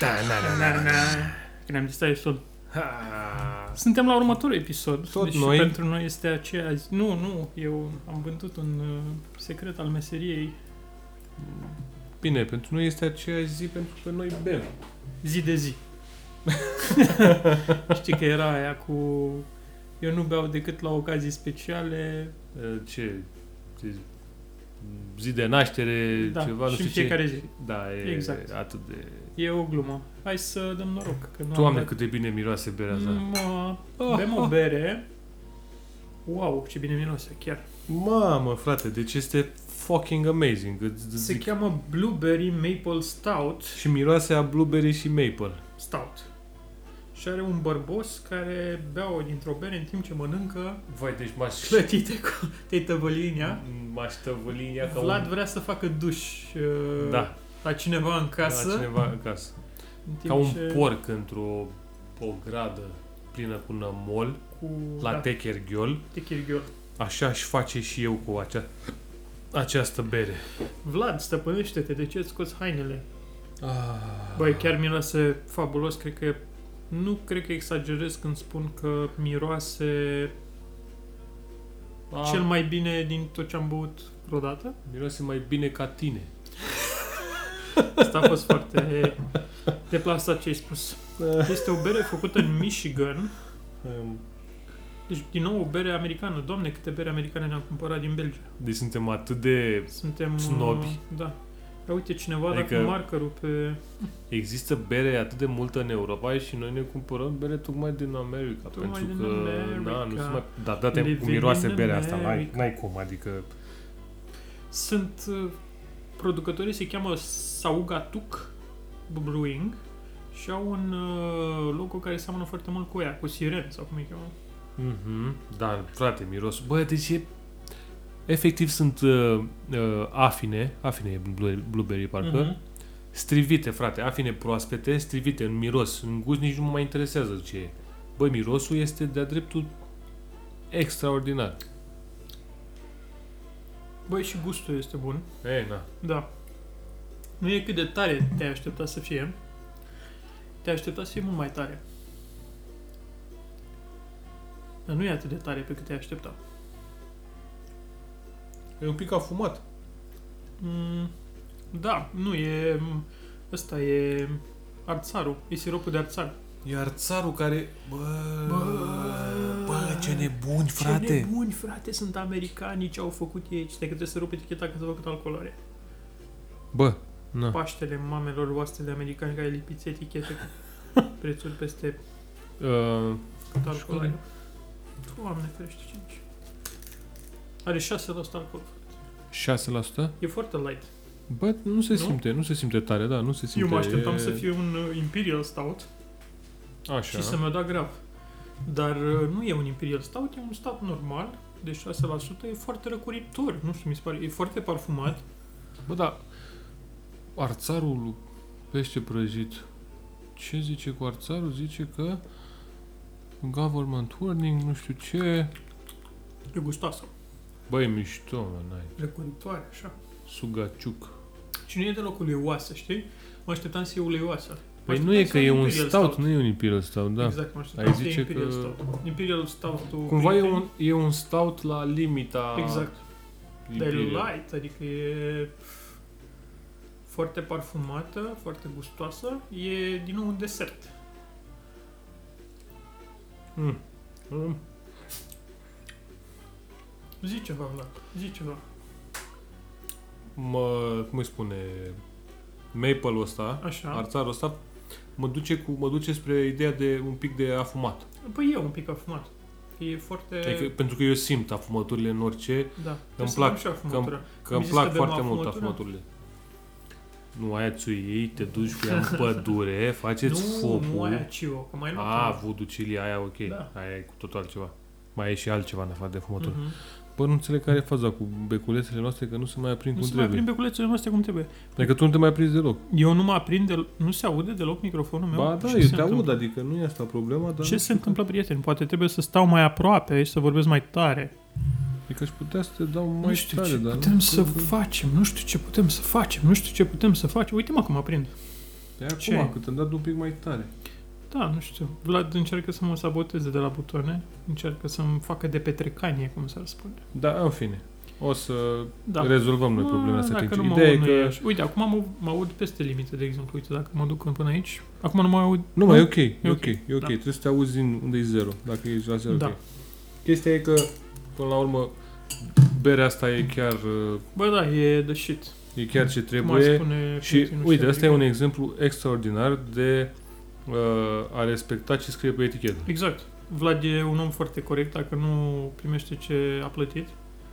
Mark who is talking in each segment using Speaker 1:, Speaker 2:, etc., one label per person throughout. Speaker 1: Da, na, na, na,
Speaker 2: Na,
Speaker 1: na.
Speaker 2: na, Că ne-am distrat destul.
Speaker 1: Ha.
Speaker 2: Suntem la următorul episod.
Speaker 1: Tot
Speaker 2: deci
Speaker 1: noi.
Speaker 2: pentru noi este aceea zi. Nu, nu, eu am vândut un uh, secret al meseriei.
Speaker 1: Bine, pentru noi este aceeași zi pentru că noi bem.
Speaker 2: Zi de zi. Știi că era aia cu... Eu nu beau decât la ocazii speciale.
Speaker 1: Uh, Ce? ce- Zi de naștere,
Speaker 2: da,
Speaker 1: ceva, nu
Speaker 2: și
Speaker 1: știu
Speaker 2: în fiecare zi.
Speaker 1: ce. Da, e
Speaker 2: Exact.
Speaker 1: atât de...
Speaker 2: E o glumă. Hai să dăm noroc. Că nu
Speaker 1: Doamne,
Speaker 2: am dat...
Speaker 1: cât de bine miroase berea
Speaker 2: Mm.
Speaker 1: asta.
Speaker 2: Mă, bem o bere. Wow, ce bine miroase, chiar.
Speaker 1: Mamă, frate, deci este fucking amazing. Îți- îți
Speaker 2: Se
Speaker 1: zic.
Speaker 2: cheamă Blueberry Maple Stout.
Speaker 1: Și miroase a blueberry și maple.
Speaker 2: Stout. Și are un bărbos care bea o dintr-o bere în timp ce mănâncă
Speaker 1: Vai, deci m-aș...
Speaker 2: clătite cu te tăvălinia.
Speaker 1: M-aș tăvălinia ca
Speaker 2: Vlad
Speaker 1: un...
Speaker 2: vrea să facă duș uh,
Speaker 1: Da,
Speaker 2: la cineva în casă.
Speaker 1: la cineva în casă.
Speaker 2: în timp
Speaker 1: Ca un
Speaker 2: ce
Speaker 1: porc într-o o gradă plină cu nămol,
Speaker 2: Cu,
Speaker 1: la
Speaker 2: da,
Speaker 1: techerghiol.
Speaker 2: te chirghiol.
Speaker 1: Așa aș face și eu cu acea, această bere.
Speaker 2: Vlad, stăpânește-te, de ce îți scoți hainele?
Speaker 1: Ah.
Speaker 2: Băi, chiar miroase fabulos, cred că nu cred că exagerez când spun că miroase
Speaker 1: Ah.
Speaker 2: cel mai bine din tot ce am băut vreodată.
Speaker 1: Miroase mai bine ca tine.
Speaker 2: Asta a fost foarte deplasat ce ai spus. Este o bere făcută în Michigan. Deci, din nou, o bere americană. Doamne, câte bere americane ne-am cumpărat din Belgia.
Speaker 1: Deci suntem atât de...
Speaker 2: Suntem... uh,
Speaker 1: Snobi.
Speaker 2: Da. Ia uite, cineva adică...
Speaker 1: Adică-
Speaker 2: dacă markerul pe...
Speaker 1: Există bere atât de multă în Europa și noi ne cumpărăm bere tocmai din America.
Speaker 2: Tocmai
Speaker 1: pentru
Speaker 2: din
Speaker 1: că,
Speaker 2: America.
Speaker 1: Da, nu se mai... Dar date
Speaker 2: Living
Speaker 1: cum miroase
Speaker 2: in
Speaker 1: berea asta, n-ai,
Speaker 2: America.
Speaker 1: n-ai cum, adică...
Speaker 2: Sunt... uh, Producătorii se cheamă Saugatuk Brewing și au un uh, logo care seamănă foarte mult cu ea, cu siren sau cum îi cheamă.
Speaker 1: Mhm, da, frate, mirosul. Bă, deci e... Efectiv sunt uh, uh, afine, afine e blu- blueberry parcă,
Speaker 2: Mhm.
Speaker 1: strivite, frate, afine proaspete, strivite în miros, în gust nici nu mă mai interesează ce e. Băi, mirosul este de-a dreptul extraordinar.
Speaker 2: Băi, și gustul este bun.
Speaker 1: E, na.
Speaker 2: Da. Nu e cât de tare te-ai aștepta să fie. Te-ai aștepta să fie mult mai tare. Dar nu e atât de tare pe cât te-ai aștepta.
Speaker 1: E un pic afumat.
Speaker 2: Mm, da, nu e... Ăsta e arțarul. E siropul de arțar.
Speaker 1: Iar țarul care... Bă,
Speaker 2: Bă, bă, ce
Speaker 1: nebuni,
Speaker 2: Ce nebuni, frate, sunt americanii ce au făcut ei. Stai că trebuie să rup eticheta că s-a făcut alcoolare.
Speaker 1: Bă, na.
Speaker 2: Paștele mamelor voastre de americani care lipiți etichete cu prețuri peste
Speaker 1: Uh,
Speaker 2: Cât alcool are? Doamne ferește, 5. Are 6% alcool.
Speaker 1: 6%?
Speaker 2: E foarte light.
Speaker 1: Bă, nu se
Speaker 2: Nu?
Speaker 1: simte, nu se simte tare, da, nu se simte.
Speaker 2: Eu mă așteptam
Speaker 1: e-
Speaker 2: să fie un uh, Imperial Stout
Speaker 1: Așa.
Speaker 2: și să mi-o da grav. Dar uh, nu e un Imperial Stout, e un stout normal de 6%, e foarte răcuritor, nu știu, mi se pare, e foarte parfumat.
Speaker 1: Bă, da, arțarul lui pește prăjit, ce zice cu arțarul? Zice că government warning, nu știu ce...
Speaker 2: E gustoasă,
Speaker 1: Băi, mișto, mă, n-ai.
Speaker 2: răcuritoare, așa.
Speaker 1: Sugaciuc.
Speaker 2: Și nu e deloc uleioasă, știi? Mă așteptam să fie uleioasă. Mă
Speaker 1: Păi nu
Speaker 2: așteptam
Speaker 1: e
Speaker 2: să
Speaker 1: că e un
Speaker 2: Imperial
Speaker 1: stout, nu e un imperial stout, da.
Speaker 2: Exact, mă
Speaker 1: Ai
Speaker 2: așteptam să
Speaker 1: zice
Speaker 2: fie Imperial
Speaker 1: că-
Speaker 2: Stout. Imperial Stout-ul...
Speaker 1: Cumva e
Speaker 2: Britain-
Speaker 1: un, e un stout la limita
Speaker 2: Exact. Dar e
Speaker 1: imperial.
Speaker 2: light, adică e foarte parfumată, foarte gustoasă. E din nou un desert.
Speaker 1: Mm. Mm.
Speaker 2: Zi ceva, Vlad. Zi ceva.
Speaker 1: Mă, cum îi spune, maple-ul ăsta,
Speaker 2: Așa.
Speaker 1: arțarul ăsta, mă duce, cu, mă duce spre ideea de un pic de afumat.
Speaker 2: Păi e un pic afumat. E foarte...
Speaker 1: Adică, pentru că eu simt afumăturile în orice,
Speaker 2: da.
Speaker 1: îmi
Speaker 2: Trebuie să
Speaker 1: plac
Speaker 2: dăm și afumatura.
Speaker 1: că îmi
Speaker 2: zis
Speaker 1: plac
Speaker 2: că bem
Speaker 1: foarte mult
Speaker 2: afumătura?
Speaker 1: afumăturile. Nu aia ți iei, te duci cu ea în pădure, faceți
Speaker 2: nu,
Speaker 1: focul.
Speaker 2: nu aia Cio, că mai nu.
Speaker 1: A, vuducilia aia, ok.
Speaker 2: Da.
Speaker 1: Aia e cu totul altceva. Mai e și altceva în afară de fumătură.
Speaker 2: Mhm.
Speaker 1: Bă, nu înțeleg care e faza cu beculețele noastre, că nu se mai aprind
Speaker 2: Nu
Speaker 1: cum
Speaker 2: se mai
Speaker 1: trebuie.
Speaker 2: aprind beculețele noastre cum trebuie.
Speaker 1: Adică tu nu te mai aprinzi deloc.
Speaker 2: Eu nu mă aprind, del- nu se aude deloc microfonul meu?
Speaker 1: Ba da,
Speaker 2: Ce
Speaker 1: eu
Speaker 2: se
Speaker 1: te aud,
Speaker 2: întâmplă?
Speaker 1: adică nu e asta problema, dar...
Speaker 2: Ce se întâmplă, prieteni? Poate trebuie să stau mai aproape și să vorbesc mai tare.
Speaker 1: Adică aș putea să te dau mai
Speaker 2: nu știu
Speaker 1: tare,
Speaker 2: ce
Speaker 1: dar...
Speaker 2: putem să facem, nu știu ce putem să facem, nu știu ce putem să facem. Uite mă cum aprind.
Speaker 1: Stai
Speaker 2: Ce?
Speaker 1: Păi acum, cât am dat un pic mai tare.
Speaker 2: Da, nu știu. Vlad încearcă să mă saboteze de la butoane. Încearcă să-mi facă de petrecanie, cum s-ar spune.
Speaker 1: Da, în fine. O să
Speaker 2: Da.
Speaker 1: rezolvăm noi problema
Speaker 2: Ah,
Speaker 1: asta.
Speaker 2: dacă nu
Speaker 1: tehnică.
Speaker 2: mă
Speaker 1: Ideea e
Speaker 2: aud, nu e
Speaker 1: că...
Speaker 2: așa. Uite, acum mă, mă aud peste limite, de exemplu. Uite, dacă mă duc până aici, acum nu mă aud.
Speaker 1: Nu, mai e ok, e ok,
Speaker 2: ok,
Speaker 1: e ok.
Speaker 2: da.
Speaker 1: Trebuie să te auzi din unde e zero, dacă e la zero, ok.
Speaker 2: Da.
Speaker 1: Chestia e că, până la urmă, berea asta e chiar, uh,
Speaker 2: Bă, da, e the shit.
Speaker 1: e chiar ce
Speaker 2: Cum ar
Speaker 1: trebuie.
Speaker 2: spune
Speaker 1: Și,
Speaker 2: prietenul
Speaker 1: uite,
Speaker 2: știu,
Speaker 1: asta e un
Speaker 2: adică-
Speaker 1: exemplu extraordinar de uh, a respecta ce scrie pe etichetă.
Speaker 2: Exact. Vlad e un om foarte corect dacă nu primește ce a plătit.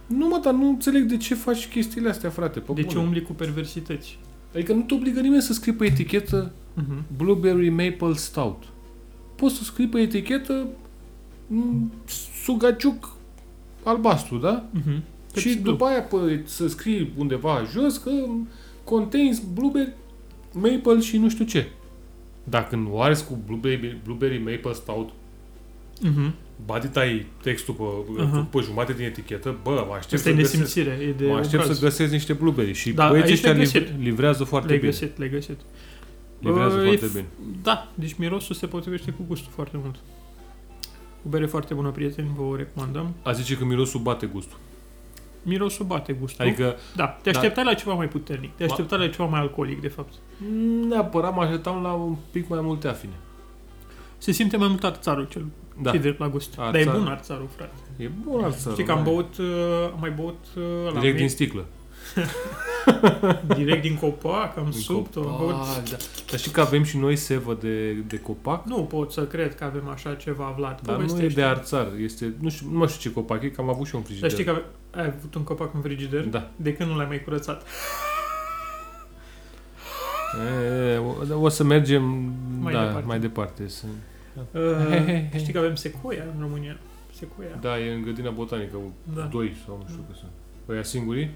Speaker 1: Nu, mă, dar nu înțeleg de ce faci chestiile astea, frate, pe
Speaker 2: de
Speaker 1: deci
Speaker 2: ce
Speaker 1: un...
Speaker 2: umbli cu perversități?
Speaker 1: Adică nu te obligă nimeni să scrii pe etichetă
Speaker 2: Mhm.
Speaker 1: Blueberry Maple Stout. Poți să scrii pe etichetă mm, sugaciuc albastru, da?
Speaker 2: Mhm.
Speaker 1: și
Speaker 2: Pepsi Blue.
Speaker 1: după aia pă, să scrii undeva jos că contains blueberry, maple și nu știu ce. Dacă nu arzi cu blueberry, blueberry maple stout,
Speaker 2: Mhm.
Speaker 1: ba de tai textul pe,
Speaker 2: Aha.
Speaker 1: uh-huh. pe jumate din etichetă, bă, mă aștept,
Speaker 2: Asta
Speaker 1: să
Speaker 2: e
Speaker 1: găsesc,
Speaker 2: nesimțire, e de
Speaker 1: mă aștept
Speaker 2: obraz.
Speaker 1: să găsesc niște blueberry și
Speaker 2: Da,
Speaker 1: da, băieții
Speaker 2: aici
Speaker 1: ăștia
Speaker 2: le-ai
Speaker 1: liv-
Speaker 2: găsit.
Speaker 1: livrează foarte
Speaker 2: Le-ai
Speaker 1: bine.
Speaker 2: găsit, le-ai găsit.
Speaker 1: Livrează
Speaker 2: Bă, e
Speaker 1: foarte
Speaker 2: f-
Speaker 1: bine.
Speaker 2: Da, deci mirosul se potrivește cu gustul foarte mult. O bere foarte bună, prieteni, vă o recomandăm.
Speaker 1: A zice că mirosul bate gustul.
Speaker 2: Mirosul bate gustul.
Speaker 1: Adică,
Speaker 2: da, te
Speaker 1: da.
Speaker 2: așteptai la ceva mai puternic. Te așteptai la ceva mai alcoolic, de fapt.
Speaker 1: neapărat mă așteptam la un pic mai multe afine.
Speaker 2: Se simte mai mult arțarul cel
Speaker 1: Da,
Speaker 2: da. drept la gust.
Speaker 1: Arțarul.
Speaker 2: Dar e bun arțarul, frate.
Speaker 1: e bun asta.
Speaker 2: Știi că am băut, uh, am mai băut uh, la
Speaker 1: da. Direct din sticlă.
Speaker 2: direct din copac, am subt-o. am băut-
Speaker 1: da. Dar știi că avem și noi sevă de, de copac?
Speaker 2: Nu pot să cred că avem așa ceva, Vlad.
Speaker 1: Dar nu e
Speaker 2: Povestește.
Speaker 1: de arțar, este, nu știu, nu mai știu ce copac e, că am avut și eu un frigider.
Speaker 2: Dar știi că ave- ai avut un copac în frigider?
Speaker 1: Da.
Speaker 2: De când nu l-ai mai curățat?
Speaker 1: E, e, o, o să mergem mai
Speaker 2: Mai
Speaker 1: da, departe.
Speaker 2: departe.
Speaker 1: mai departe. Să...
Speaker 2: Uh, știi că avem secoia în România? Secoia.
Speaker 1: Da, e în grădina botanică, da.
Speaker 2: Da.
Speaker 1: doi sau nu știu cât sunt. Păi singurii?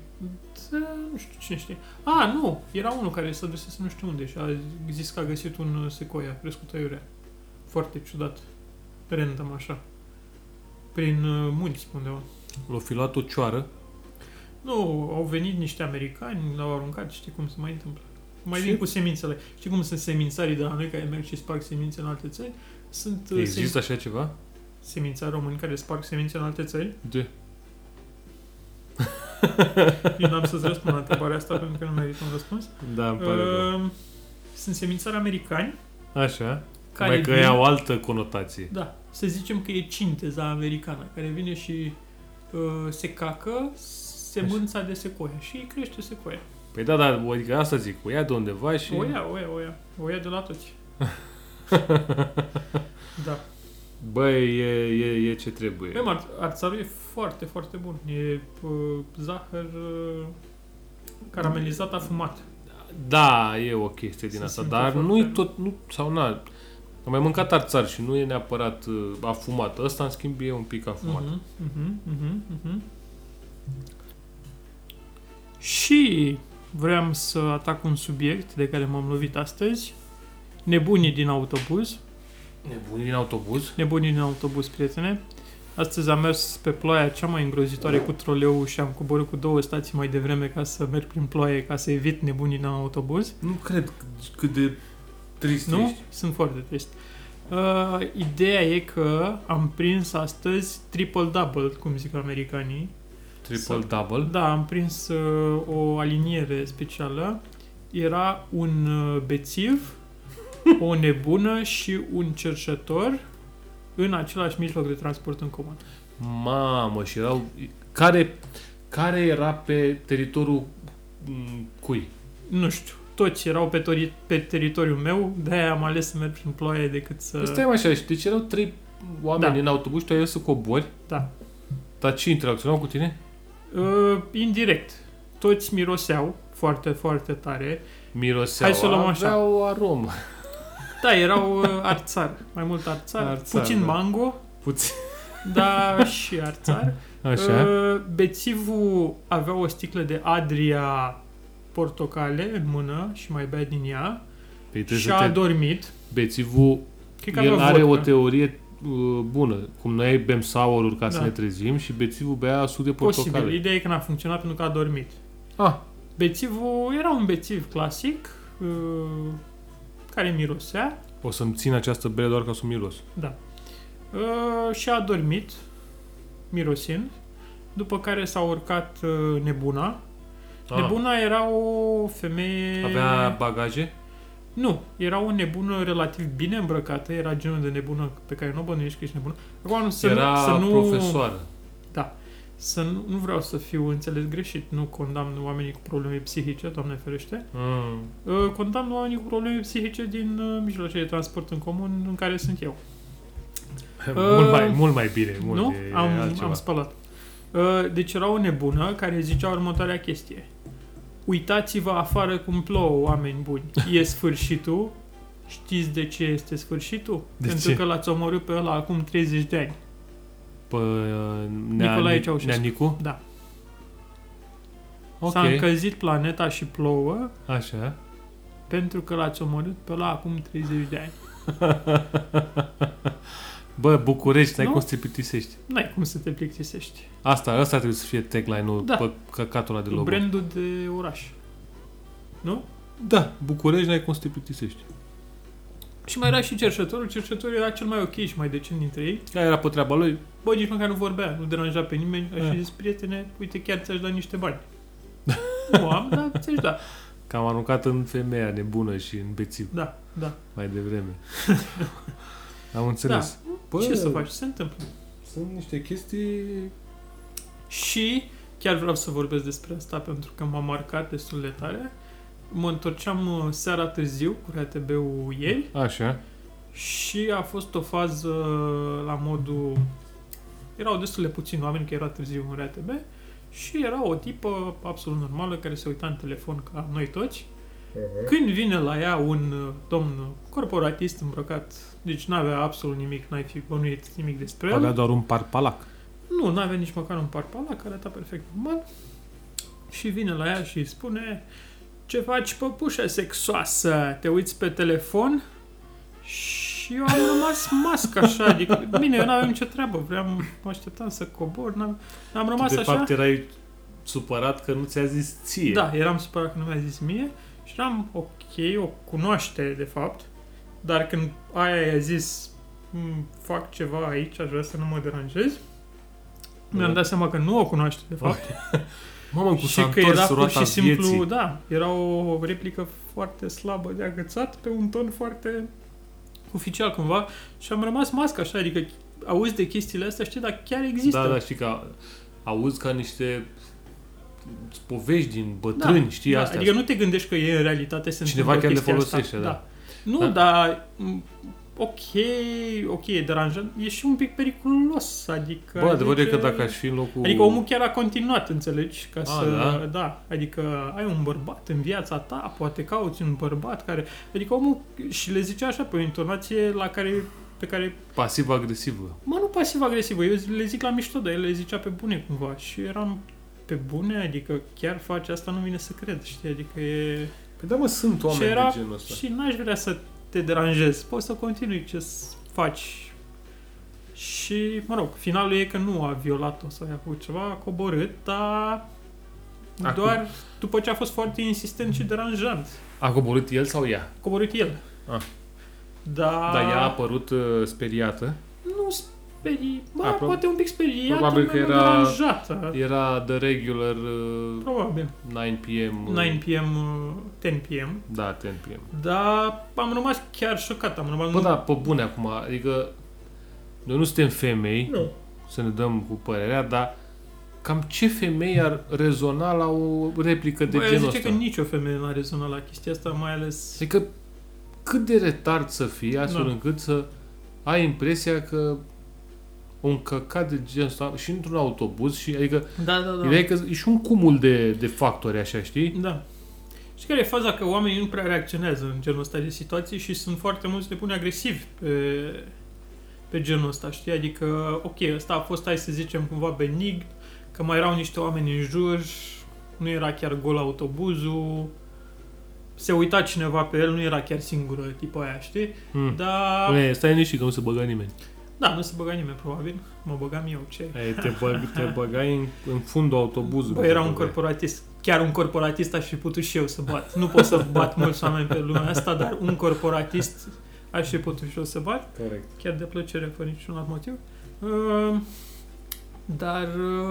Speaker 2: Da, nu știu cine știe. A, nu! Era unul care s-a dus nu știu unde și a zis că a găsit un uh, secoia crescut aiurea. Foarte ciudat. Random, așa. Prin uh, munți, pe undeva.
Speaker 1: L-a filat o cioară.
Speaker 2: Da, Nu, au venit niște americani, l-au aruncat, știi cum se mai întâmplă. Mai
Speaker 1: Și-
Speaker 2: vin cu semințele. Știi cum sunt semințarii de la noi care merg și sparg semințe în alte țări? Sunt uh,
Speaker 1: Există așa ceva?
Speaker 2: sem- semințari români care sparg semințe în alte țări?
Speaker 1: De.
Speaker 2: Eu n-am să-ți răspund la întrebarea asta pentru că nu merit un răspuns.
Speaker 1: Da, îmi pare rău.
Speaker 2: Uh, sunt semințari americani
Speaker 1: Așa.
Speaker 2: care
Speaker 1: mai că
Speaker 2: vin-
Speaker 1: ei au altă conotație.
Speaker 2: Da, să zicem că e cinteza americană care vine și uh, se cacă semânța de secoia și crește secoia.
Speaker 1: Păi da, da, adică asta zic, o ia de undeva și...
Speaker 2: O ia, o ia, o ia. O ia de la toți. da.
Speaker 1: Băi, e, e, e ce trebuie.
Speaker 2: Mem, ar, arțarul e foarte, foarte bun. E uh, zahăr uh, caramelizat afumat.
Speaker 1: Da, e o chestie din
Speaker 2: Se
Speaker 1: asta,
Speaker 2: simte
Speaker 1: dar
Speaker 2: foarte
Speaker 1: nu e
Speaker 2: bine.
Speaker 1: tot, nu, sau na, am mai mâncat arțar și nu e neapărat uh, afumat. Ăsta, în schimb, e un pic afumat.
Speaker 2: Mhm, mhm, mhm, mhm. Și vreau să atac un subiect de care m-am lovit astăzi. Nebunii din autobuz.
Speaker 1: Nebunii din autobuz?
Speaker 2: Nebunii din autobuz, prietene. Astăzi am mers pe ploaia cea mai îngrozitoare cu troleul și am coborât cu două stații mai devreme ca să merg prin ploaie, ca să evit nebunii din autobuz.
Speaker 1: Nu cred c- cât de trist
Speaker 2: Nu?
Speaker 1: ești.
Speaker 2: Sunt foarte trist. Uh, ideea e că am prins astăzi triple-double, cum zic americanii.
Speaker 1: Triple-double?
Speaker 2: Da, am prins uh, o aliniere specială. Era un uh, bețiv, o nebună și un cercetător în același mijloc de transport în comun.
Speaker 1: Mamă, și erau... Care, care era pe teritoriul m, cui?
Speaker 2: Nu știu, toți erau pe, tori- pe teritoriul meu, de-aia am ales să merg prin ploaie decât să...
Speaker 1: Păi stai mă așa, și deci erau trei oameni
Speaker 2: Da.
Speaker 1: în autobuz, tu ai ieșit să cobori,
Speaker 2: Da.
Speaker 1: dar ce interacționau cu tine?
Speaker 2: Uh, indirect. Toți miroseau foarte, foarte tare.
Speaker 1: Miroseau,
Speaker 2: Hai să o luăm așa.
Speaker 1: aveau aromă.
Speaker 2: Da, erau uh, arțar. Mai mult arțar.
Speaker 1: Arțar,
Speaker 2: arțar puțin
Speaker 1: da.
Speaker 2: da. mango,
Speaker 1: Puțin.
Speaker 2: dar și arțar.
Speaker 1: Așa.
Speaker 2: Uh, Bețivul avea o sticlă de Adria portocale în mână și mai bea din ea
Speaker 1: Păi trebuie
Speaker 2: și
Speaker 1: să
Speaker 2: a
Speaker 1: te...
Speaker 2: adormit.
Speaker 1: Bețivul
Speaker 2: Cred că
Speaker 1: El
Speaker 2: avea
Speaker 1: are o
Speaker 2: vodka.
Speaker 1: teorie uh, bună. Cum noi bem sour ca să
Speaker 2: Da.
Speaker 1: ne trezim și bețivul bea suc de
Speaker 2: Posibil.
Speaker 1: portocale.
Speaker 2: Ideea e că n-a funcționat pentru că a dormit.
Speaker 1: Ah,
Speaker 2: Bețivul era un bețiv clasic, uh, ă, care mirosea,
Speaker 1: O să-mi țin această bere doar ca să miros.
Speaker 2: da. Uh, și a adormit, mirosind, după care s-a urcat uh, nebuna. Ah. Nebuna era o femeie...
Speaker 1: Avea bagaje?
Speaker 2: Nu, era o nebună relativ bine îmbrăcată, era genul de nebună pe care nu o bănuiești că ești nebună. Acum, să
Speaker 1: Era
Speaker 2: nu, să nu,
Speaker 1: profesoară.
Speaker 2: Să nu, nu vreau să fiu înțeles greșit, nu condamn oamenii cu probleme psihice, doamne ferește.
Speaker 1: Mm.
Speaker 2: Uh, Condamn oamenii cu probleme psihice din uh, mijloacele de transport în comun în care sunt eu.
Speaker 1: mult, mai, mult mai bine. Mult
Speaker 2: nu?
Speaker 1: E,
Speaker 2: am,
Speaker 1: altceva.
Speaker 2: am spălat. Uh, Deci era o nebună care zicea următoarea chestie. Uitați-vă afară cum plouă, oameni buni. E sfârșitul. Știți de ce este sfârșitul?
Speaker 1: De
Speaker 2: Pentru
Speaker 1: ce?
Speaker 2: că l-ați omorât pe ăla acum 30 de ani.
Speaker 1: Pă, nea,
Speaker 2: Nicolae
Speaker 1: Ni-
Speaker 2: Ceaușescu.
Speaker 1: Nea Nicu?
Speaker 2: Da.
Speaker 1: Ok,
Speaker 2: S-a încălzit planeta și plouă
Speaker 1: așa.
Speaker 2: pentru că l-ați omorât pe ăla acum 30 de ani.
Speaker 1: Bă, București, n-ai
Speaker 2: Nu?
Speaker 1: cum să te plictisești.
Speaker 2: N-ai cum să te plictisești.
Speaker 1: Asta, asta trebuie să fie tagline-ul
Speaker 2: Da.
Speaker 1: pe căcatul ăla de logo.
Speaker 2: Brandul de oraș. Nu?
Speaker 1: Da, București, n-ai cum să te plictisești.
Speaker 2: Și mai era și cercetătorul. Cercetătorul era cel mai ok și mai decent dintre ei.
Speaker 1: Ea era pe treaba lui.
Speaker 2: Bă, nici măcar nu vorbea, nu deranja pe nimeni.
Speaker 1: Da.
Speaker 2: Aș fi zis, prietene, uite, chiar ți-aș da niște bani. nu am, dar ți-aș da.
Speaker 1: Că am aruncat în femeia nebună și în bețiv
Speaker 2: Da, da.
Speaker 1: mai devreme. am înțeles. Da.
Speaker 2: Bă, Ce să faci? Se întâmplă.
Speaker 1: Sunt niște chestii...
Speaker 2: Și chiar vreau să vorbesc despre asta pentru că m-a marcat destul de tare. Mă întorceam uh, seara târziu cu RATB-ul ieri
Speaker 1: Așa.
Speaker 2: și a fost o fază la modul... Erau destul de puțini oameni, că era târziu în RATB și era o tipă absolut normală care se uita în telefon ca noi toți. Când vine la ea un uh, domn corporatist îmbrăcat, deci n-avea absolut nimic, n-ai fi bănuit nimic despre el.
Speaker 1: Avea doar un parpalac.
Speaker 2: Nu, n-avea nici măcar un parpala care arăta perfect normal. Și vine la ea și îi spune Ce faci, păpușă sexoasă? Te uiți pe telefon? Și eu am rămas masc așa, adică, bine, eu n-aveam nicio treabă, vreau, mă așteptam să cobor, n-am, am
Speaker 1: Tu,
Speaker 2: rămas
Speaker 1: de
Speaker 2: așa.
Speaker 1: fapt, erai supărat că nu ți-a zis ție.
Speaker 2: Da, eram supărat că nu mi-a zis mie și eram ok, o cunoaște de fapt, dar când aia i-a zis "Mm, fac ceva aici, aș vrea să nu mă deranjez,
Speaker 1: Da.
Speaker 2: mi-am dat seama că nu o cunoaște de fapt
Speaker 1: Mamă, cu
Speaker 2: și
Speaker 1: s-a
Speaker 2: că
Speaker 1: întors
Speaker 2: era pur
Speaker 1: roata
Speaker 2: și simplu,
Speaker 1: vieții.
Speaker 2: da, era o replică foarte slabă de agățat pe un ton foarte oficial cumva și am rămas masca așa, adică auzi de chestiile astea, știi, dar chiar există.
Speaker 1: Da, da, știi că auzi ca niște povești din bătrâni, știi, astea.
Speaker 2: Adică nu te gândești că e în realitate se
Speaker 1: Cineva
Speaker 2: întâmplă
Speaker 1: chiar le
Speaker 2: chestia
Speaker 1: folosește,
Speaker 2: asta.
Speaker 1: da.
Speaker 2: Nu,
Speaker 1: Da.
Speaker 2: da. dar m, ok, ok, e deranjant, e și un pic periculos, adică...
Speaker 1: Bă, adevărul e
Speaker 2: adică-
Speaker 1: că dacă aș fi în locul...
Speaker 2: Adică omul chiar a continuat, înțelegi? Ca
Speaker 1: A,
Speaker 2: să,
Speaker 1: da?
Speaker 2: da? Adică ai un bărbat în viața ta, poate cauți un bărbat care... Adică omul și le zice așa pe o intonație la care, pe care...
Speaker 1: Pasiv-agresivă.
Speaker 2: Mă, nu pasiv-agresivă, eu le zic la mișto, dar el le zicea pe bune cumva. Și eram pe bune, adică chiar face asta, nu vine să cred, știi? Adică e...
Speaker 1: Păi da, mă, sunt
Speaker 2: oameni de era- genul Și n-aș vrea să te deranjez. Poți să continui ce s- faci. Și, mă rog, finalul e că nu a violat-o sau i-a făcut ceva, a coborât, dar
Speaker 1: Acum.
Speaker 2: doar după ce a fost foarte insistent și deranjant.
Speaker 1: A coborât el sau ea?
Speaker 2: A coborât el.
Speaker 1: Ah.
Speaker 2: Da,
Speaker 1: Dar ea a apărut uh, speriată.
Speaker 2: nu sperii, bă,
Speaker 1: Apro-
Speaker 2: poate un pic speriată,
Speaker 1: probabil
Speaker 2: probabil
Speaker 1: că
Speaker 2: că
Speaker 1: era-
Speaker 2: deranjată.
Speaker 1: Era the regular uh,
Speaker 2: Probabil.
Speaker 1: 9 p.m. uh,
Speaker 2: 9 p.m., uh, 10 p.m.
Speaker 1: Da, 10 p.m.
Speaker 2: Dar am rămas chiar șocat, am rămas...
Speaker 1: Bă, da, pe bune acum, adică noi nu suntem femei
Speaker 2: Nu.
Speaker 1: să ne dăm cu părerea, dar cam ce femei ar rezona la o replică de
Speaker 2: Bă, eu
Speaker 1: genul
Speaker 2: zice
Speaker 1: ăsta?
Speaker 2: că nicio femeie n-a rezonat la chestia asta, mai ales...
Speaker 1: Adică cât de retard să fii astfel
Speaker 2: Da.
Speaker 1: încât să ai impresia că un căcat de genul ăsta și într-un autobuz și adică
Speaker 2: Da, da,
Speaker 1: da. ideea e că e și un cumul de, de factori așa, știi?
Speaker 2: Da. Și care e faza că oamenii nu prea reacționează în genul ăsta de situații și sunt foarte mulți de pune agresiv pe, pe genul ăsta, știi? Adică, ok, ăsta a fost, hai să zicem, cumva benign, că mai erau niște oameni în jur, nu era chiar gol autobuzul, se uita cineva pe el, nu era chiar singură tipul aia, știi?
Speaker 1: Hmm.
Speaker 2: Dar,
Speaker 1: Bă, stai liniștit că nu se băga nimeni.
Speaker 2: da, nu se băga nimeni, probabil. Mă băgam eu, ce?
Speaker 1: Ai, te, bă, te băgai în, în fundul autobuzului.
Speaker 2: Bă, era
Speaker 1: Te
Speaker 2: un
Speaker 1: băgai.
Speaker 2: corporatist chiar un corporatist aș fi putut și eu să bat. Nu pot să bat mulți oameni pe lumea asta, dar un corporatist aș fi putut și eu să bat.
Speaker 3: Corect.
Speaker 2: Chiar de plăcere, fără niciun alt motiv. Uh, Dar,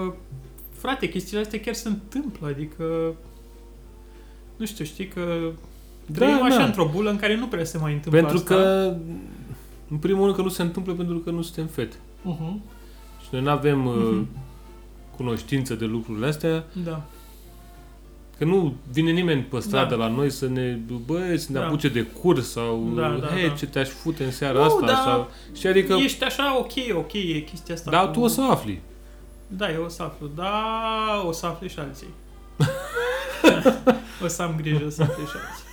Speaker 2: uh, frate, chestiile astea chiar se întâmplă, adică... Nu știu, știi că trăim așa într-o bulă în care nu prea se mai întâmplă
Speaker 1: Da, Pentru
Speaker 2: asta.
Speaker 1: că, în primul rând, că nu se întâmplă pentru că nu suntem fete.
Speaker 2: Uh-huh.
Speaker 1: Și noi nu avem uh,
Speaker 2: Mhm.
Speaker 1: cunoștință de lucrurile astea,
Speaker 2: Da.
Speaker 1: că nu vine nimeni pe stradă
Speaker 2: Da.
Speaker 1: la noi să ne, băi, să ne
Speaker 2: Da.
Speaker 1: apuce de curs sau,
Speaker 2: Da, da,
Speaker 1: hei,
Speaker 2: da.
Speaker 1: ce te-aș fute în seara
Speaker 2: Nu,
Speaker 1: asta,
Speaker 2: da.
Speaker 1: sau... Și adică, Ești...
Speaker 2: Ești așa, ok, ok, e chestia asta.
Speaker 1: da,
Speaker 2: cu-
Speaker 1: tu o să afli.
Speaker 2: Da, eu o să aflu. Da, o să afle și alții. o să am grijă să afle și alții.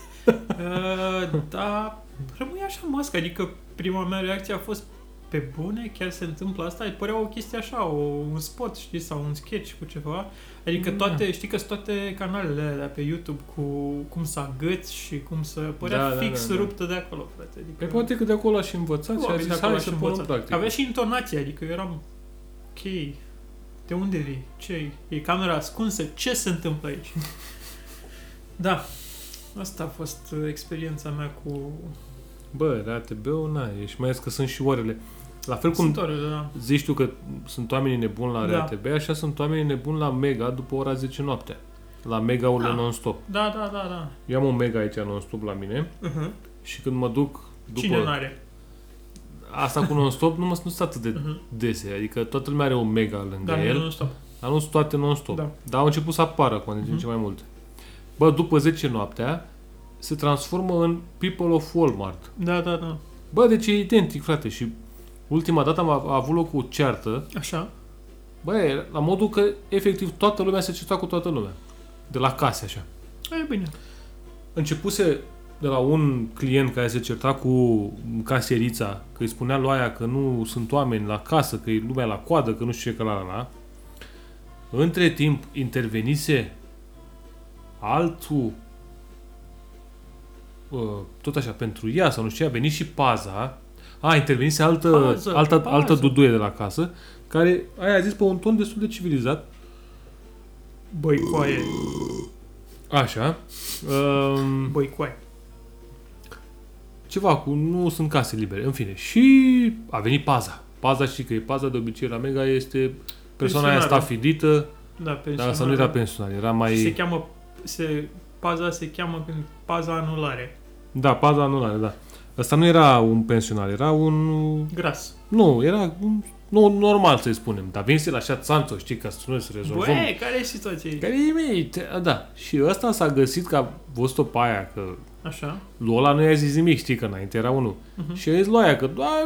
Speaker 2: Uh, da, rămâi așa mască. Adică prima mea reacție a fost pe bune, chiar se întâmplă asta? Îi părea o chestie așa, o, un spot, știi, sau un sketch cu ceva. Adică
Speaker 1: Da.
Speaker 2: toate, știi că sunt toate canalele alea pe YouTube cu cum să agăți și cum să... Părea
Speaker 1: Da, da,
Speaker 2: fix
Speaker 1: da, da.
Speaker 2: ruptă de acolo, frate. Adică...
Speaker 1: Păi poate că de acolo aș învățat și a
Speaker 2: Probabil
Speaker 1: zis,
Speaker 2: de acolo
Speaker 1: hai
Speaker 2: aș
Speaker 1: să punem
Speaker 2: învăța.
Speaker 1: în practică.
Speaker 2: Avea și intonație, adică eu eram... Ok, de unde vii? ce E camera ascunsă? Ce se întâmplă aici? da, asta a fost uh, experiența mea cu...
Speaker 1: Bă, la ATB-ul, na, e și mai ales că sunt și orele. La fel Păi cum
Speaker 2: Sunt orele, da.
Speaker 1: zici tu că sunt oamenii nebuni la
Speaker 2: Da.
Speaker 1: RATB, așa sunt oamenii nebuni la Mega după ora 10 noaptea. La Mega urlă
Speaker 2: Da.
Speaker 1: non-stop.
Speaker 2: Da, da, da, da.
Speaker 1: Eu am un Mega aici non-stop la mine
Speaker 2: Uh-huh.
Speaker 1: și când mă duc după
Speaker 2: Cine n-are?
Speaker 1: asta cu non-stop, nu mă nu sunt atât de
Speaker 2: Uh-huh.
Speaker 1: dese. Adică toată lumea are un Mega lângă
Speaker 2: Dar
Speaker 1: el,
Speaker 2: Da, nu stop.
Speaker 1: dar nu sunt toate non-stop.
Speaker 2: Da.
Speaker 1: Dar au început să apară cu ani din
Speaker 2: Mhm.
Speaker 1: ce mai multe. Bă, după 10 noaptea se transformă în People of Walmart.
Speaker 2: Da, da, da.
Speaker 1: Bă, deci e identic, frate, și ultima dată am a avut loc o ceartă,
Speaker 2: Așa.
Speaker 1: bă, e la modul că efectiv toată lumea se certa cu toată lumea, de la case, așa.
Speaker 2: E bine.
Speaker 1: Începuse de la un client care se certa cu caserița, că îi spunea lui aia că nu sunt oameni la casă, că e lumea la coadă, că nu știu ce, că la la la. Între timp intervenise altul uh, tot așa pentru ea sau nu știu ce, a venit și paza. A, intervenise altă,
Speaker 2: Pază,
Speaker 1: altă,
Speaker 2: pază.
Speaker 1: altă duduie de la casă, care aia a zis pe un ton destul de civilizat,
Speaker 2: Băi, coaie.
Speaker 1: așa, um,
Speaker 2: Băi, coaie.
Speaker 1: ceva cu nu sunt case libere, în fine. Și a venit paza. Paza și că e paza de obicei la Mega este persoana aia
Speaker 2: Pensionară.
Speaker 1: stafidită,
Speaker 2: Da,
Speaker 1: dar
Speaker 2: pensionar.
Speaker 1: asta nu era pensionar, era
Speaker 2: Se
Speaker 1: mai...
Speaker 2: cheamă... Se, paza se cheamă când paza anulare.
Speaker 1: Da, paza nu are, da. Asta nu era un pensionar, era un...
Speaker 2: Gras.
Speaker 1: Nu, era un... Nu, normal să-i spunem, dar vin la așa țanțo, știi, ca să noi să rezolvăm.
Speaker 2: Băi, care e situația aici?
Speaker 1: Care e mei, te- da. Și ăsta s-a găsit că a văzut-o pe aia, că
Speaker 2: Așa.
Speaker 1: lui ăla nu i-a zis nimic, știi, că înainte era unul.
Speaker 2: Mhm.
Speaker 1: Și a zis lui aia că doar...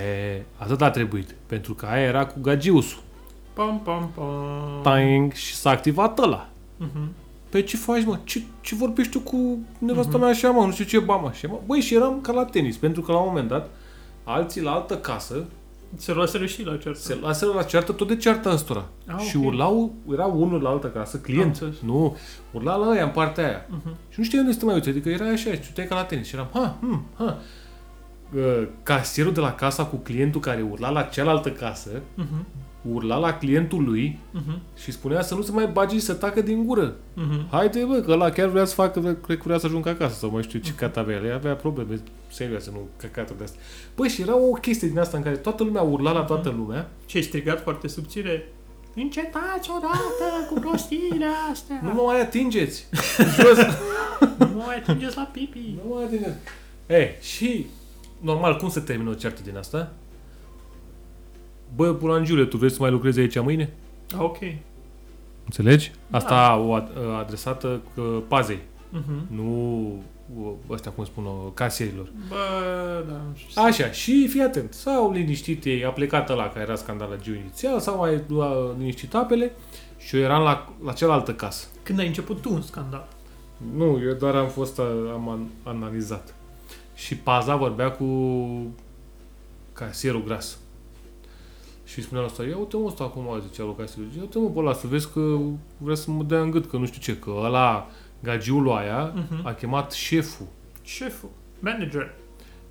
Speaker 1: E, atât a trebuit, pentru că aia era cu gagiusul.
Speaker 2: Pam, pam, pam.
Speaker 1: Tang, și s-a activat ăla.
Speaker 2: Mhm.
Speaker 1: Pe ce faci, mă? Ce, ce vorbești tu cu nevasta mea așa, mă? Nu știu ce, bam, așa, mă? Băi, și eram ca la tenis, pentru că la un moment dat, alții la altă casă
Speaker 2: Se luaseră și la ceartă.
Speaker 1: se laseră la ceartă, tot de ceartă ăstora.
Speaker 2: Ah,
Speaker 1: și
Speaker 2: ok.
Speaker 1: urlau, era unul la altă casă,
Speaker 2: Am
Speaker 1: client,
Speaker 2: înțeles.
Speaker 1: nu, urla la ăia în partea aia.
Speaker 2: Mhm.
Speaker 1: Și nu știam unde să te mai uiți, adică era așa, știai ca la tenis și eram, ha, hm, ha. Uh, Casierul de la casa cu clientul care urla la cealaltă casă,
Speaker 2: Mhm.
Speaker 1: urla la clientul lui
Speaker 2: Mhm.
Speaker 1: și spunea să nu se mai bage și să tacă din gură.
Speaker 2: Mhm.
Speaker 1: Haide, bă, că ăla chiar vrea să facă, cred că vrea să ajungă acasă sau mai știu ce
Speaker 2: Mhm.
Speaker 1: cat avea. El avea probleme serioase, nu căcaturi de astea. Băi, și era o chestie din asta în care toată lumea urla la toată
Speaker 2: Mhm.
Speaker 1: lumea.
Speaker 2: Ce ai strigat foarte subțire? Încetați odată cu prostiile astea!
Speaker 1: Nu mă mai atingeți! Jos!
Speaker 2: nu mă mai atingeți la pipi!
Speaker 1: Nu mai atingeți! Ei, și normal, cum se termină o ceartă din asta? Bă, pulangiule, tu vrei să mai lucrezi aici mâine?
Speaker 2: Ah, ok.
Speaker 1: Înțelegi? Asta o ad- ă, adresată că pazei,
Speaker 2: Mhm.
Speaker 1: nu o- ăstea, cum spun, o, casierilor.
Speaker 2: Bă, da, nu știu.
Speaker 1: Așa, și fii atent, s-au liniștit ei, a plecat ăla care era scandalagiu inițial, s-au mai uh, liniștit apele și eu eram la, la cealaltă casă.
Speaker 2: Când ai început tu un scandal?
Speaker 1: Nu, eu doar am fost, uh, am an- analizat. Și paza vorbea cu casierul gras. Și spunea asta, ia uite mă ăsta acum, zicea lui casierul, ia uite mă pe ăla să vezi că vrea să mă dea în gât, că nu știu ce, că ăla, gagiul aia,
Speaker 2: Mhm.
Speaker 1: a chemat șeful
Speaker 2: Șeful. Manager.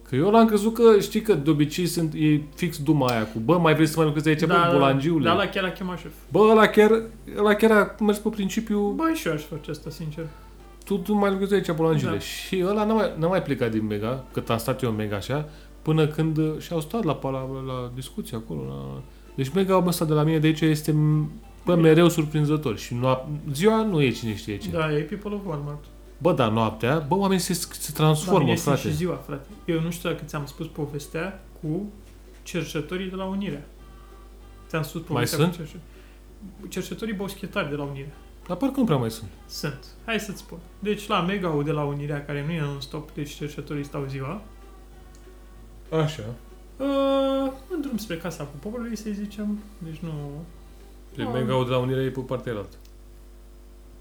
Speaker 1: Că eu l-am crezut că, știi că de obicei sunt, e fix duma aia cu, bă, mai vrei să mai lucrezi aici, bă, bulangiule.
Speaker 2: Da, la chiar a chemat șef.
Speaker 1: Bă, ăla chiar, ăla chiar a mers pe principiu,
Speaker 2: Bă, și eu aș face asta, sincer.
Speaker 1: tu, tu mai lucrezi aici, bulangiule.
Speaker 2: Da.
Speaker 1: Și ăla n-a mai, n-a mai plecat din Mega, cât am stat eu în Mega așa, până când uh, și-au stat la, la, la discuție acolo. La... Deci Mega ăsta de la mine de aici este m, bă, mereu surprinzător și noa... ziua nu e cine știe ce.
Speaker 2: Da, e People of Walmart.
Speaker 1: Bă, da, noaptea, bă, oamenii se, se transformă,
Speaker 2: Formă, frate.
Speaker 1: frate.
Speaker 2: și ziua, frate. Eu nu știu dacă ți-am spus povestea cu cercetătorii de la Unirea. Ți-am spus povestea
Speaker 1: Mai
Speaker 2: cu cercetătorii. Cercetătorii boschetari de la Unirea.
Speaker 1: Dar parcă nu prea mai sunt.
Speaker 2: Sunt. Hai să-ți spun. Deci la Megau de la Unirea, care nu e non-stop, deci cercetătorii stau ziua,
Speaker 1: Așa.
Speaker 2: uh, în drum spre Casa cu Poporului, să zicem, deci nu
Speaker 1: Deci
Speaker 2: Da.
Speaker 1: Mega de la Unirea e pe partea aia.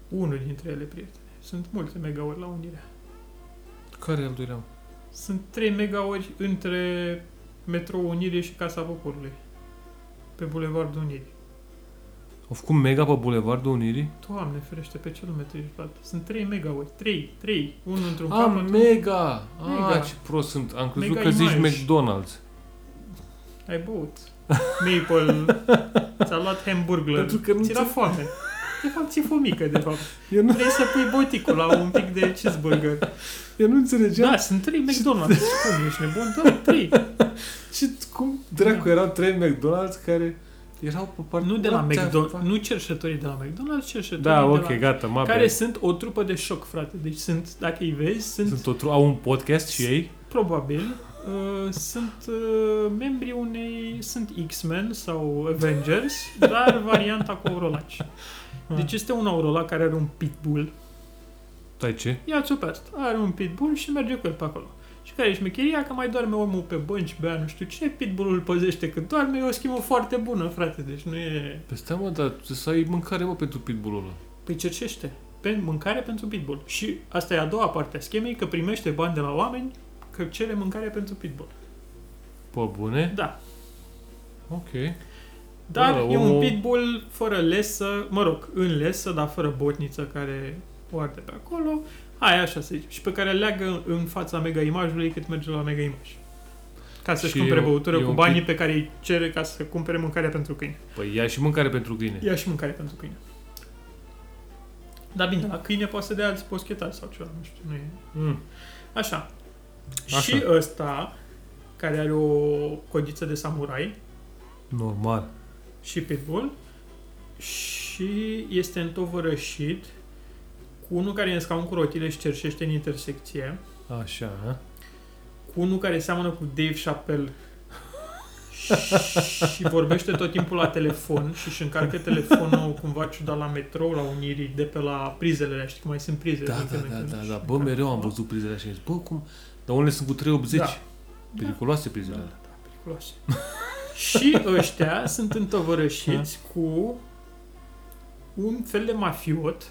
Speaker 2: unul dintre ele, prietene. Sunt multe megauri la Unirea.
Speaker 1: Care e al doilea? mă?
Speaker 2: Sunt 3 megauri între metro Unirii și Casa Poporului. Pe Bulevardul Unirii.
Speaker 1: Au făcut mega pe Bulevardul Unirii?
Speaker 2: Doamne ferește, pe ce lume trăiești, frate? Sunt 3 megauri. 3, 3. Unul într-un
Speaker 1: A,
Speaker 2: capăt.
Speaker 1: Ah, mega! A,
Speaker 2: Mega.
Speaker 1: ce prost sunt. Am crezut
Speaker 2: Mega
Speaker 1: că zici
Speaker 2: image.
Speaker 1: McDonald's.
Speaker 2: Ai băut. Maple. Ți-a luat hamburger.
Speaker 1: Pentru că nu
Speaker 2: Ți era
Speaker 1: ți-
Speaker 2: foame. De fapt, ți-e fomică, de fapt.
Speaker 1: Eu nu,
Speaker 2: Vrei să pui boticul la un pic de cheeseburger.
Speaker 1: eu nu înțelegeam.
Speaker 2: Da, sunt 3 McDonald's. Deci Cum, ești nebun? Da, 3.
Speaker 1: Ce, cum dracu erau trei McDonald's care erau pe partea...
Speaker 2: Da. Nu de la
Speaker 1: What the
Speaker 2: McDonald's.
Speaker 1: fuck?
Speaker 2: Nu cercetătorii de la McDonald's, cercetătorii
Speaker 1: Da,
Speaker 2: de
Speaker 1: ok,
Speaker 2: la...
Speaker 1: gata, mă
Speaker 2: Care
Speaker 1: care
Speaker 2: sunt o trupă de șoc, frate. Deci sunt, dacă îi vezi, sunt,
Speaker 1: sunt o tru- au un podcast și ei?
Speaker 2: probabil, uh, sunt uh, membrii unei, sunt X-Men sau Avengers, dar varianta cu aurolaci. Deci este un aurolac care are un pitbull.
Speaker 1: Tai ce?
Speaker 2: Ia-ți-o pe asta. Are un pitbull și merge cu el pe acolo. Și care e șmecheria? Că mai doarme omul pe bănci, bea nu știu ce, pitbullul îl păzește cât doarme, e o schimbă foarte bună, frate, deci nu e...
Speaker 1: Păi stai mă, dar trebuie să ai mâncare mă pentru pitbull-ul ăla.
Speaker 2: Păi cercește. Pe mâncare pentru pitbull. Și asta e a doua parte a schemei, că primește bani de la oameni, că cere mâncare pentru pitbull.
Speaker 1: Pe bune?
Speaker 2: Da.
Speaker 1: Ok.
Speaker 2: Dar
Speaker 1: Bă,
Speaker 2: e un
Speaker 1: omul-
Speaker 2: pitbull fără lesă, mă rog, în lesă, dar fără botniță care o arde pe acolo. Aia așa se zice. Și pe care leagă în fața mega imajului cât merge la mega imaj. Ca să-și
Speaker 1: Și
Speaker 2: cumpere
Speaker 1: e un-
Speaker 2: băutură
Speaker 1: e
Speaker 2: cu
Speaker 1: un
Speaker 2: banii
Speaker 1: pit-
Speaker 2: pe care îi cere ca să cumpere mâncarea pentru câine.
Speaker 1: Păi ia și mâncare pentru câine.
Speaker 2: Ia și mâncare pentru câine. Dar bine, la câine poate să dea alți poschetari sau ceva, nu știu, nu e...
Speaker 1: Mm.
Speaker 2: Așa.
Speaker 1: Așa.
Speaker 2: Și ăsta, care are o codiță de samurai
Speaker 1: Normal.
Speaker 2: și pitbull, și este întovărășit cu unul care e în scaun cu rotile și cerșește în intersecție,
Speaker 1: Așa, a?
Speaker 2: cu unul care seamănă cu Dave Chappelle și vorbește tot timpul la telefon și își încarcă telefonul cumva ciudat la metrou, la Unirii, de pe la prizele alea, știi cum mai sunt prizele.
Speaker 1: Da,
Speaker 2: din
Speaker 1: da,
Speaker 2: când în
Speaker 1: da,
Speaker 2: când
Speaker 1: da,
Speaker 2: Păi și
Speaker 1: da. Bă,
Speaker 2: încarcă
Speaker 1: mereu am
Speaker 2: acolo.
Speaker 1: văzut prizele așa. și zic, Bă, cum? Dar unele sunt cu 380.
Speaker 2: Da.
Speaker 1: Periculoase prizele
Speaker 2: Da,
Speaker 1: alea.
Speaker 2: da, periculoase. și ăștia sunt întovărășiți cu un fel de mafiot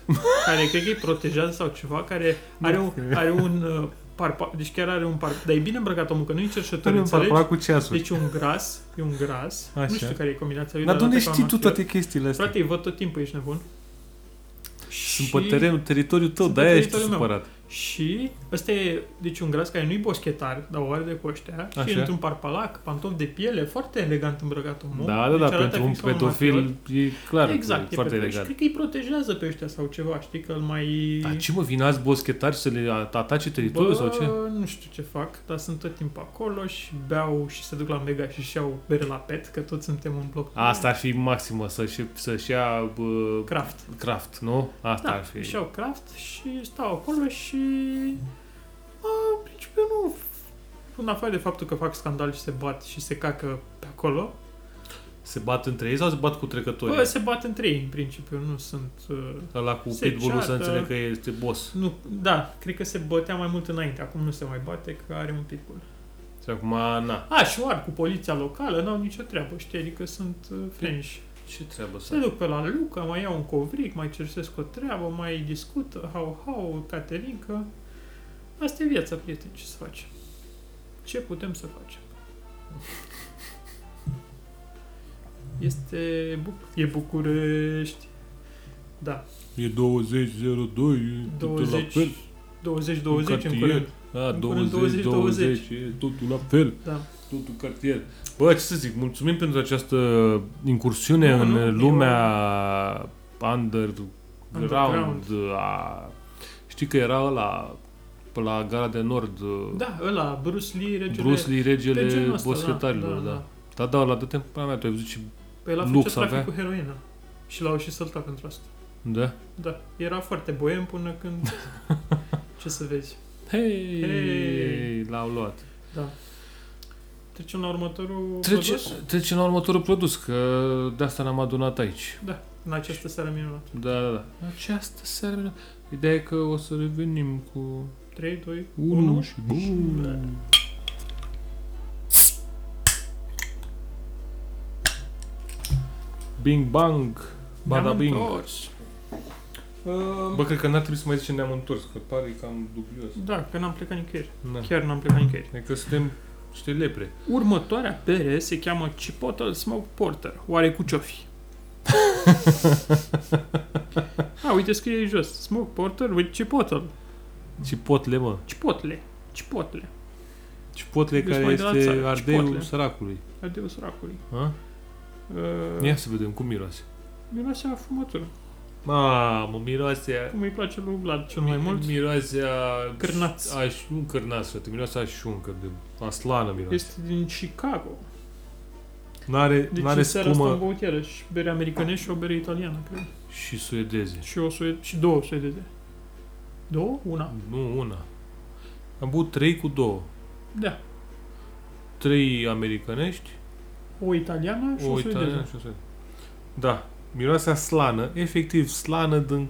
Speaker 2: care cred că e protejat sau ceva, care are un, are un uh, parpa, deci chiar are un par, dar e bine îmbrăcat omul, că nu e cercetător,
Speaker 1: Trebuie
Speaker 2: înțelegi?
Speaker 1: împărpalat cu ceasul.
Speaker 2: Deci e un gras, e un gras,
Speaker 1: Așa.
Speaker 2: nu știu care e combinația lui,
Speaker 1: Dar de unde
Speaker 2: arată ca
Speaker 1: știi tu
Speaker 2: mafiot.
Speaker 1: toate chestiile astea?
Speaker 2: Frate, îi văd tot timpul, ești nebun.
Speaker 1: Sunt
Speaker 2: Și-
Speaker 1: pe terenul, teritoriul tău,
Speaker 2: Sunt pe
Speaker 1: de-aia ești
Speaker 2: teritoriul meu.
Speaker 1: supărat.
Speaker 2: Și ăsta e, deci, un gras care nu-i boschetar, dar o are de coștea. Și
Speaker 1: Așa.
Speaker 2: e într-un parpalac, pantofi de piele, foarte elegant îmbrăcat omul. Deci
Speaker 1: Da, da, da,
Speaker 2: arată
Speaker 1: pentru un
Speaker 2: fix ca mafiot.
Speaker 1: pedofil e clar,
Speaker 2: Exact,
Speaker 1: e foarte
Speaker 2: pe Și
Speaker 1: elegant.
Speaker 2: cred că îi protejează pe ăștia sau ceva, știi, că îl mai...
Speaker 1: Dar ce mă, vin alți boschetari să le atace teritoriul sau ce?
Speaker 2: nu știu ce fac, dar sunt tot timpul acolo și beau și se duc la Mega și și iau bere la pet, că toți suntem un bloc.
Speaker 1: Asta ar fi maximă, să-și, să-și ia bă,
Speaker 2: Craft.
Speaker 1: craft, nu? Asta
Speaker 2: Da,
Speaker 1: ar fi.
Speaker 2: își iau craft și stau acolo și... A, în principiu nu... În afară de faptul că fac scandal și se bat și se cacă pe acolo,
Speaker 1: Se bat între ei sau se bat cu
Speaker 2: bă,
Speaker 1: trecătorii?
Speaker 2: se bat între ei, în principiu, nu sunt... uh,
Speaker 1: Ăla cu
Speaker 2: se
Speaker 1: pitbull să
Speaker 2: ceartă.
Speaker 1: înțeleg că este boss.
Speaker 2: Nu, da, cred că se bătea mai mult înainte, acum nu se mai bate, că are un pitbull.
Speaker 1: Și acum, na,
Speaker 2: A, și oar cu poliția locală, n-au nicio treabă, știi, adică sunt uh, friendși.
Speaker 1: ce treabă să
Speaker 2: Se duc pe la Luca, mai iau un covric, mai cersesc o treabă, mai discută, hau, hau, Caterinca. Asta e viața, prieteni, ce să facem? Ce putem să facem? Este... Buc- e București. Da.
Speaker 1: E 2002,
Speaker 2: 20... 20-20 în
Speaker 1: cartier.
Speaker 2: curând.
Speaker 1: Da,
Speaker 2: În
Speaker 1: 20,
Speaker 2: curând
Speaker 1: 20, 20,
Speaker 2: 20.
Speaker 1: e totul la fel,
Speaker 2: Da.
Speaker 1: totul cartier. Bă, ce să zic, mulțumim pentru această incursiune
Speaker 2: Nu,
Speaker 1: în
Speaker 2: nu,
Speaker 1: lumea underground. A... Știi că era ăla pe la Gara de Nord, uh,
Speaker 2: Da, ăla, Bruce Lee, regele...
Speaker 1: Bruce Lee,
Speaker 2: pe
Speaker 1: regele
Speaker 2: genul ăsta,
Speaker 1: boschetarilor, da. Da, da, la dă-te în pula mea, tu ai văzut și...
Speaker 2: Păi el a făcut
Speaker 1: Lux
Speaker 2: trafic
Speaker 1: avea.
Speaker 2: cu heroină. Și l-au și săltat pentru asta.
Speaker 1: Da?
Speaker 2: Da, era foarte boem până când... Ce să vezi.
Speaker 1: Hei,
Speaker 2: Hei!
Speaker 1: l-au luat.
Speaker 2: Da. Trecem la următorul
Speaker 1: Trece,
Speaker 2: produs?
Speaker 1: trecem la următorul produs, că de asta ne-am adunat aici.
Speaker 2: Da, în această seară minunată.
Speaker 1: Da, da, da. Această seară... Ideea e că o să revenim cu
Speaker 2: 3, 2,
Speaker 1: 1,
Speaker 2: 1
Speaker 1: și... Bun. Bing bang, bada
Speaker 2: Ne-am
Speaker 1: bing.
Speaker 2: întors.
Speaker 1: Bă, cred că n-ar trebui să mai zicem ne-am întors, că pare cam dubios.
Speaker 2: Da, că n-am plecat nicăieri.
Speaker 1: Da.
Speaker 2: Chiar n-am plecat nicăieri.
Speaker 1: E că suntem niște lepre.
Speaker 2: Următoarea bere se cheamă Chipotle Smoke Porter. Oare cu ce-o fi? A, uite, scrie aici jos. Smoke Porter with Chipotle.
Speaker 1: Cipotle, mă.
Speaker 2: Chipotle. Chipotle.
Speaker 1: Cipotle
Speaker 2: Deci
Speaker 1: care
Speaker 2: mai de la
Speaker 1: este
Speaker 2: țară,
Speaker 1: ardeiul
Speaker 2: cipotle.
Speaker 1: săracului.
Speaker 2: Adeu, săracului.
Speaker 1: A?
Speaker 2: Uh,
Speaker 1: Ia să vedem cum miroase.
Speaker 2: Miroase a fumătură.
Speaker 1: Mamă, miroase a...
Speaker 2: Cum îi place lui Vlad cel mai mult.
Speaker 1: Miroase a...
Speaker 2: Cârnaț.
Speaker 1: Aș, nu cârnaț, frate, miroase a șuncă, de aslană miroase.
Speaker 2: Este din Chicago.
Speaker 1: N-are,
Speaker 2: Deci
Speaker 1: n-are
Speaker 2: în seara asta am
Speaker 1: spumă
Speaker 2: băut iarăși bere americanești și o bere italiană, cred.
Speaker 1: și suedeze.
Speaker 2: Și, o sued- și două suedeze. Două? Una.
Speaker 1: Nu una. Am băut trei cu două.
Speaker 2: Da.
Speaker 1: Trei americanești,
Speaker 2: O italiană și o,
Speaker 1: o
Speaker 2: suedeză.
Speaker 1: italiană și o suedeză. Da. Miroase a slană, efectiv slană din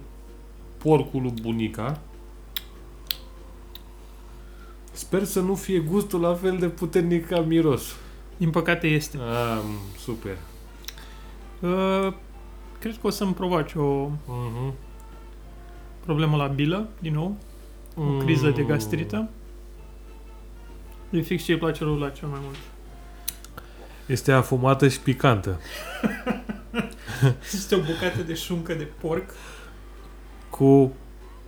Speaker 1: porcul lui bunica. Sper să nu fie gustul la fel de puternic ca miros.
Speaker 2: Din păcate este.
Speaker 1: Am, super.
Speaker 2: Uh, cred că o să-mi provoace o Mhm.
Speaker 1: Uh-huh.
Speaker 2: problemă la bilă, din nou.
Speaker 1: Mm.
Speaker 2: O criză de gastrită. E fix ce îi place lui la cel mai mult.
Speaker 1: Este afumată și picantă.
Speaker 2: Este o bucată de șuncă de porc.
Speaker 1: Cu...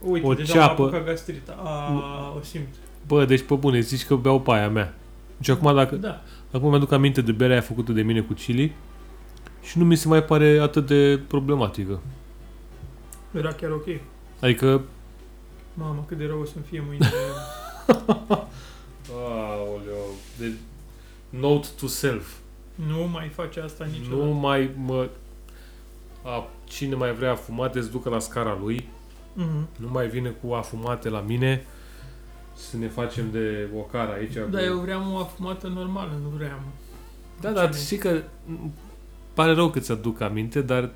Speaker 2: Uite,
Speaker 1: O
Speaker 2: deja
Speaker 1: ceapă. Mm.
Speaker 2: m-a apucat gastrita. A, o simt.
Speaker 1: Bă, deci pe bune, zici că beau pe aia mea. Deci acum dacă,
Speaker 2: Da.
Speaker 1: Acum mi-aduc aminte de berea aia făcută de mine cu chili și nu mi se mai pare atât de problematică.
Speaker 2: Era chiar ok.
Speaker 1: Adică...
Speaker 2: Mamă, cât de rău o să-mi fie mâine.
Speaker 1: Aoleo, de note to self.
Speaker 2: nu mai face asta Păi, niciodată.
Speaker 1: Nu mai mă... A, cine mai vrea afumate, se ducă la scara lui.
Speaker 2: Mhm.
Speaker 1: Nu mai vine cu afumate la mine să ne facem de ocar aici.
Speaker 2: Da,
Speaker 1: cu-
Speaker 2: eu vreau o afumată normală, nu vreau.
Speaker 1: da, dar știi că... m, Pare rău că ți-aduc aminte, dar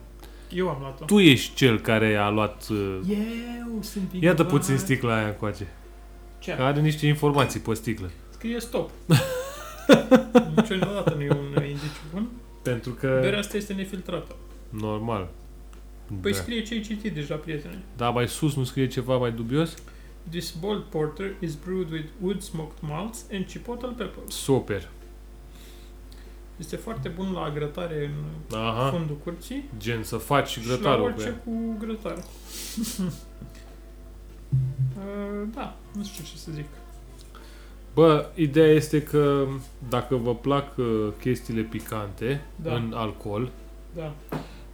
Speaker 2: Eu am luat-o.
Speaker 1: tu ești cel care a luat... uh,
Speaker 2: Eu sunt vinovat.
Speaker 1: Iată puțin Da. sticla aia încoace.
Speaker 2: Ce?
Speaker 1: Că Are niște informații pe sticlă.
Speaker 2: Scrie stop. Niciodată nu e un uh, indiciu bun.
Speaker 1: Pentru
Speaker 2: Berea
Speaker 1: că...
Speaker 2: asta este nefiltrată.
Speaker 1: Normal.
Speaker 2: Păi
Speaker 1: da.
Speaker 2: scrie ce ai citit deja, prietene.
Speaker 1: da, mai sus nu scrie ceva mai dubios?
Speaker 2: This bold porter is brewed with wood smoked malts and chipotle peppers.
Speaker 1: Super.
Speaker 2: Este foarte bun la grătare în
Speaker 1: Aha.
Speaker 2: fundul curții
Speaker 1: Gen să faci
Speaker 2: și la
Speaker 1: Ah. grătarul cu
Speaker 2: orice
Speaker 1: ea.
Speaker 2: cu grătare. Uh, da, nu știu ce să zic.
Speaker 1: Bă, ideea este că dacă vă plac uh, chestiile picante
Speaker 2: Da.
Speaker 1: în alcool,
Speaker 2: Da.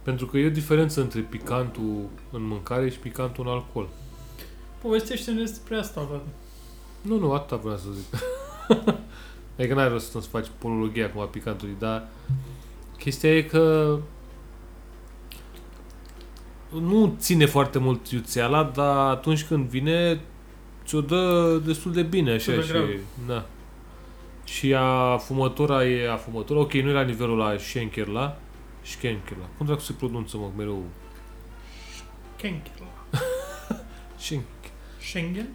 Speaker 1: pentru că e o diferență între picantul în mâncare și picantul în alcool.
Speaker 2: Povestește-ne despre asta, Vlad.
Speaker 1: Nu, nu, atâta vreau să zic. adică n-ai rost să-ți faci polologia acum a picantului, dar chestia e că nu ține foarte mult iuțeala, dar atunci când vine, ți-o dă destul de bine,
Speaker 2: Ți-o
Speaker 1: așa,
Speaker 2: dă
Speaker 1: și...
Speaker 2: grav.
Speaker 1: Da. Și a fumătura e a fumătura. Ok, nu e la nivelul la Schenkerla. Schenkerla. Cum dracu se pronunță, mă, mereu?
Speaker 2: Kenkel.
Speaker 1: Schenker.
Speaker 2: Schengen?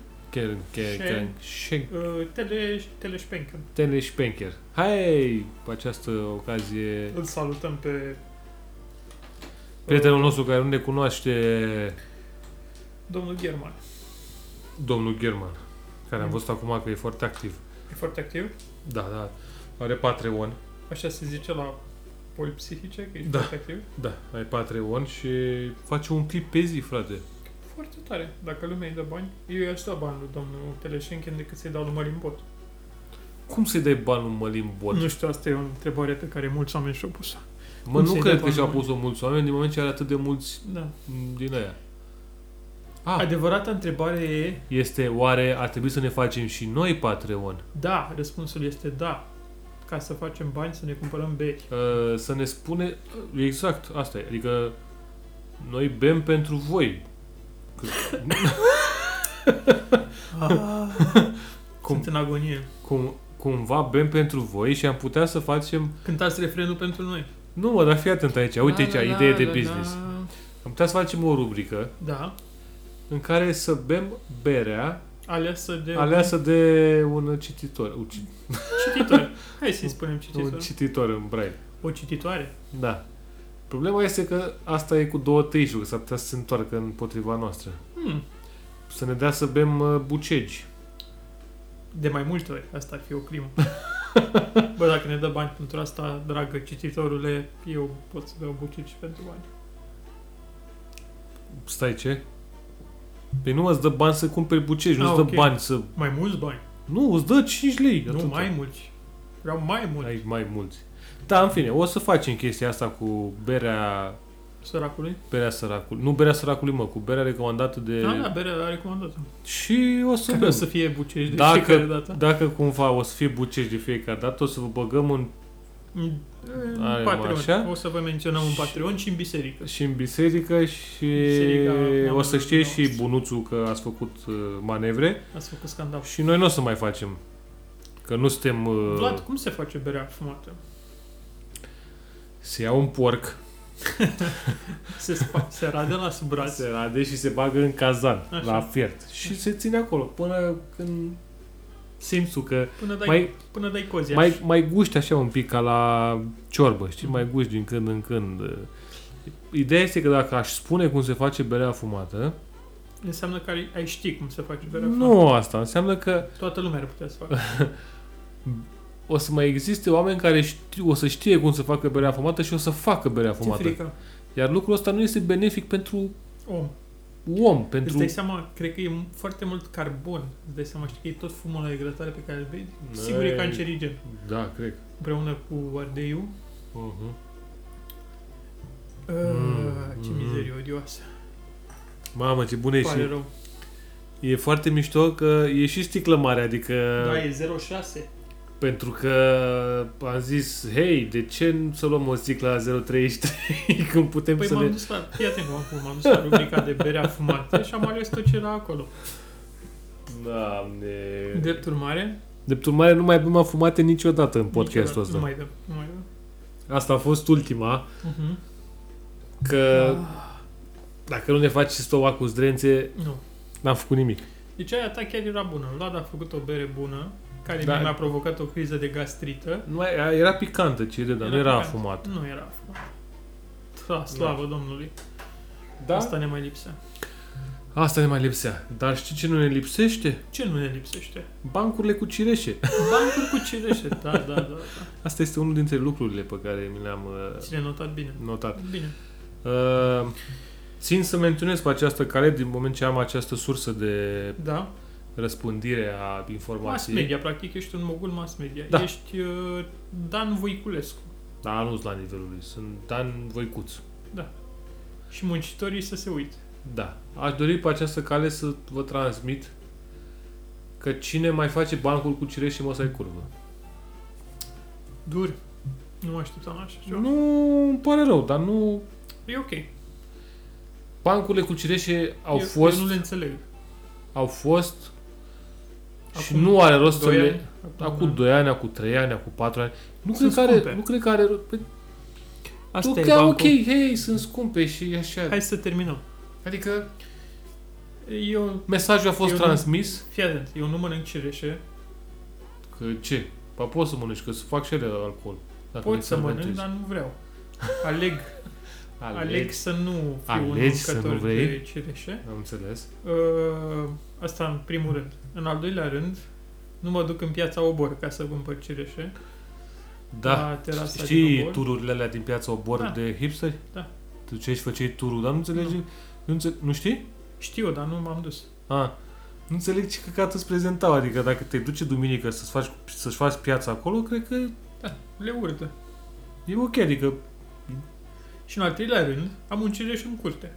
Speaker 1: Schenker. Schenker.
Speaker 2: Uh, tele, Telespenken.
Speaker 1: Stanley Spencer. Hai, cu această ocazie,
Speaker 2: Îl salutăm pe
Speaker 1: prietenul nostru care nu ne cunoaște,
Speaker 2: domnul German.
Speaker 1: domnul German, care am
Speaker 2: Mm.
Speaker 1: văzut acum că e foarte activ.
Speaker 2: E foarte activ.
Speaker 1: Da, da, are Patreon.
Speaker 2: Așa se zice la boli psihice, că e
Speaker 1: Da.
Speaker 2: foarte activ.
Speaker 1: Da, ai Patreon și face un clip pe zi, frate.
Speaker 2: Foarte tare. Dacă lumea îi dă bani, eu i-aș da bani lui domnul Teleșenken decât să-i dau lui Marin Bot.
Speaker 1: Cum să-i dai bani lui Mălin Bot?
Speaker 2: Nu știu, asta e o întrebare pe care mulți oameni și-o pus
Speaker 1: Mă,
Speaker 2: cum
Speaker 1: nu
Speaker 2: să-i
Speaker 1: cred
Speaker 2: dai
Speaker 1: că
Speaker 2: bani
Speaker 1: și-a
Speaker 2: lui
Speaker 1: pus-o mulți oameni din moment ce are atât de mulți
Speaker 2: Da.
Speaker 1: m, din aia.
Speaker 2: Ah.
Speaker 1: A,
Speaker 2: Adevărata întrebare e,
Speaker 1: este oare ar trebui să ne facem și noi Patreon?
Speaker 2: da, răspunsul este da. Ca să facem bani, să ne cumpărăm bei.
Speaker 1: Uh, să ne spune... Exact, asta e. Adică noi bem pentru voi. Că- Cum?
Speaker 2: Cum? Sunt în agonie.
Speaker 1: Cum, cumva bem pentru voi și am putea să facem...
Speaker 2: Cântați refrenul pentru noi.
Speaker 1: Nu, mă, dar fii atent aici. Uite
Speaker 2: La,
Speaker 1: aici,
Speaker 2: la,
Speaker 1: idee de
Speaker 2: la, da.
Speaker 1: business.
Speaker 2: la.
Speaker 1: Am putea să facem o rubrică
Speaker 2: Da.
Speaker 1: în care să bem berea
Speaker 2: Aleasă de
Speaker 1: aleasă de un cititor. Un, ci-
Speaker 2: cititor. Hai să-i spunem
Speaker 1: un
Speaker 2: cititor.
Speaker 1: cititor în braille.
Speaker 2: O cititoare.
Speaker 1: Da. Problema este că asta e cu două tăișuri, că s-ar putea să se întoarcă împotriva noastră.
Speaker 2: Hmm.
Speaker 1: Să ne dea să bem uh, bucegi.
Speaker 2: De mai multe ori. Asta ar fi o crimă. Bă, dacă ne dă bani pentru asta, dragă cititorule, eu pot să beau buceci pentru bani.
Speaker 1: Stai, ce? Păi nu îți dă bani să cumperi bucegi, nu
Speaker 2: Ah,
Speaker 1: îți dă
Speaker 2: ok.
Speaker 1: bani să...
Speaker 2: Mai mulți bani.
Speaker 1: Nu, îți dă 5 lei.
Speaker 2: Nu,
Speaker 1: atâta.
Speaker 2: mai mulți. Vreau mai mulți.
Speaker 1: Ai mai mulți. Da, în fine, o să facem chestia asta cu berea,
Speaker 2: Săracului?
Speaker 1: berea săracului. Nu berea săracului, mă, cu berea recomandată de...
Speaker 2: Da, da, berea la recomandată.
Speaker 1: Și o să
Speaker 2: Care o
Speaker 1: bem.
Speaker 2: să fie da. bucești de
Speaker 1: Dacă-
Speaker 2: fiecare dată.
Speaker 1: Dacă cumva o să fie bucești de fiecare dată, o să vă băgăm în,
Speaker 2: În
Speaker 1: Are, mă,
Speaker 2: Mm, Patreon.
Speaker 1: așa?
Speaker 2: O să vă menționăm în
Speaker 1: Și-
Speaker 2: Patreon și în biserică.
Speaker 1: și în biserică și
Speaker 2: Biserica da,
Speaker 1: o să
Speaker 2: oamenilor
Speaker 1: știe
Speaker 2: noștri.
Speaker 1: și bunuțul că ați făcut uh, manevre
Speaker 2: Ați făcut scandal.
Speaker 1: și noi nu o să mai facem. Că nu suntem... uh,
Speaker 2: Vlad, cum se face berea fumată?
Speaker 1: Se ia un porc,
Speaker 2: Se, spa- se radă la sub braț.
Speaker 1: se rade și se bagă în cazan,
Speaker 2: Așa.
Speaker 1: la fiert. Și se ține acolo până când simți tu că
Speaker 2: Până dai,
Speaker 1: mai-
Speaker 2: mai, până dai cozi.
Speaker 1: mai,
Speaker 2: așa.
Speaker 1: mai guști așa un pic ca la ciorbă, știi? Mai guști din când în când. Ideea este că dacă aș spune cum se face berea fumată,
Speaker 2: Înseamnă că ai, ai ști cum se face berea fumată.
Speaker 1: nu asta. Înseamnă că
Speaker 2: Toată lumea ar putea să facă.
Speaker 1: o să mai existe oameni care știu, o să știe cum să facă berea fumată și o să facă berea
Speaker 2: Ce
Speaker 1: fumată.
Speaker 2: frică.
Speaker 1: Iar lucrul ăsta nu este benefic pentru
Speaker 2: Om.
Speaker 1: om,
Speaker 2: Îți
Speaker 1: pentru...
Speaker 2: dai seama, cred că e foarte mult carbon. Îți dai seama, știi că e tot fumul ăla de grătare pe care îl vezi? Sigur e
Speaker 1: Ei.
Speaker 2: cancerigen.
Speaker 1: Da, cred.
Speaker 2: Împreună cu ardeiul.
Speaker 1: Uh-huh.
Speaker 2: Mm,
Speaker 1: Mm,
Speaker 2: ce
Speaker 1: mm.
Speaker 2: mizerie odioasă.
Speaker 1: Mamă, ce bune e și...
Speaker 2: Pare rău.
Speaker 1: E foarte mișto că e și sticlă mare, adică
Speaker 2: Da, e 06.
Speaker 1: pentru că am zis, hei, de ce nu să luăm o sticlă la 0,33 când putem
Speaker 2: Păi
Speaker 1: să
Speaker 2: m-am
Speaker 1: ne...
Speaker 2: dus la... Fii atent cum acum, m-am dus la rubrica de berea fumată și am ales tot ce era acolo.
Speaker 1: Doamne... De...
Speaker 2: Drept urmare...
Speaker 1: Drept urmare, nu mai bem afumate niciodată în podcastul
Speaker 2: niciodată- Nu
Speaker 1: ăsta.
Speaker 2: mai dăm, nu mai dăm.
Speaker 1: Asta a fost ultima,
Speaker 2: Mhm.
Speaker 1: că dacă nu ne faci stomac cu zdrențe,
Speaker 2: Nu.
Speaker 1: n-am făcut nimic.
Speaker 2: Deci aia ta chiar era bună. Vlad a făcut o bere bună, care
Speaker 1: Da.
Speaker 2: da. mi-a provocat o criză de gastrită.
Speaker 1: Nu mai, era picantă, ce de dar nu
Speaker 2: Era
Speaker 1: era
Speaker 2: picantă.
Speaker 1: afumată.
Speaker 2: Nu era fumată. Da, slavă da. Domnului.
Speaker 1: Da? Asta...
Speaker 2: Asta ne mai lipsea.
Speaker 1: Asta ne mai lipsea. Dar știi ce nu ne lipsește?
Speaker 2: Ce nu ne lipsește?
Speaker 1: Bancurile cu cireșe.
Speaker 2: Bancul cu cireșe. Da, da, da. da.
Speaker 1: Asta este unul dintre lucrurile pe care mi le-am uh,
Speaker 2: Ți le notat bine.
Speaker 1: notat.
Speaker 2: Bine.
Speaker 1: Uh, țin să menționez pe această cale, din moment ce am această sursă de
Speaker 2: Da.
Speaker 1: răspândire a
Speaker 2: Mass
Speaker 1: informației.
Speaker 2: media, practic, ești un mogul mass media.
Speaker 1: Da.
Speaker 2: Ești uh, Dan Voiculescu.
Speaker 1: Dar nu sunt la nivelul lui. Sunt Dan Voicuț.
Speaker 2: Și muncitorii să se uite.
Speaker 1: Da. Aș dori pe această cale să vă transmit că cine mai face bancul cu cireș și măsai curvă.
Speaker 2: Dur. Nu mă așteptam la așa ceva.
Speaker 1: Nu, îmi pare rău, dar nu...
Speaker 2: E ok.
Speaker 1: Bancurile cu cireșe au
Speaker 2: eu,
Speaker 1: fost...
Speaker 2: Eu nu le înțeleg.
Speaker 1: Au fost... și
Speaker 2: Acum
Speaker 1: nu are rost să
Speaker 2: Doi
Speaker 1: le...
Speaker 2: ani?
Speaker 1: Acum 2 ani, acum 3 ani, acum 4 ani. Nu
Speaker 2: Sunt
Speaker 1: cred, că are,
Speaker 2: scumpe.
Speaker 1: nu cred că are... Păi,
Speaker 2: Asta
Speaker 1: tu
Speaker 2: e
Speaker 1: că
Speaker 2: bancul.
Speaker 1: ok, hei, sunt scumpe și așa.
Speaker 2: Hai să terminăm.
Speaker 1: Adică
Speaker 2: Eu,
Speaker 1: mesajul a fost
Speaker 2: Eu nu-
Speaker 1: transmis.
Speaker 2: fii atent, eu nu mănânc cireșe,
Speaker 1: Că ce? Pa, poți să mănânci, că să fac și ele alcool. Dacă le
Speaker 2: pot să mănânc,
Speaker 1: fermentezi.
Speaker 2: dar nu vreau. Aleg, aleg,
Speaker 1: Aleg.
Speaker 2: să nu fiu un
Speaker 1: Alegi să
Speaker 2: mâncător
Speaker 1: nu vrei?
Speaker 2: de cireșe.
Speaker 1: Am înțeles.
Speaker 2: Uh, asta în primul rând. În al doilea rând, nu mă duc în piața Obor ca să cumpăr cireșe.
Speaker 1: Da.
Speaker 2: La terasa din
Speaker 1: Știi
Speaker 2: Obor.
Speaker 1: tururile alea din piața Obor
Speaker 2: Da.
Speaker 1: de hipsteri?
Speaker 2: Da.
Speaker 1: Tu ce și făceai turul, dar nu înțelegi? Nu, înțe- nu știi?
Speaker 2: Știu, dar nu m-am dus.
Speaker 1: A, nu înțeleg ce căcat îți prezentau. Adică dacă te duce duminică să-ți faci, să-și faci piața acolo, cred că
Speaker 2: Da, le urtă.
Speaker 1: e ok. Adică,
Speaker 2: Și în al treilea rând, am un cireș în curte.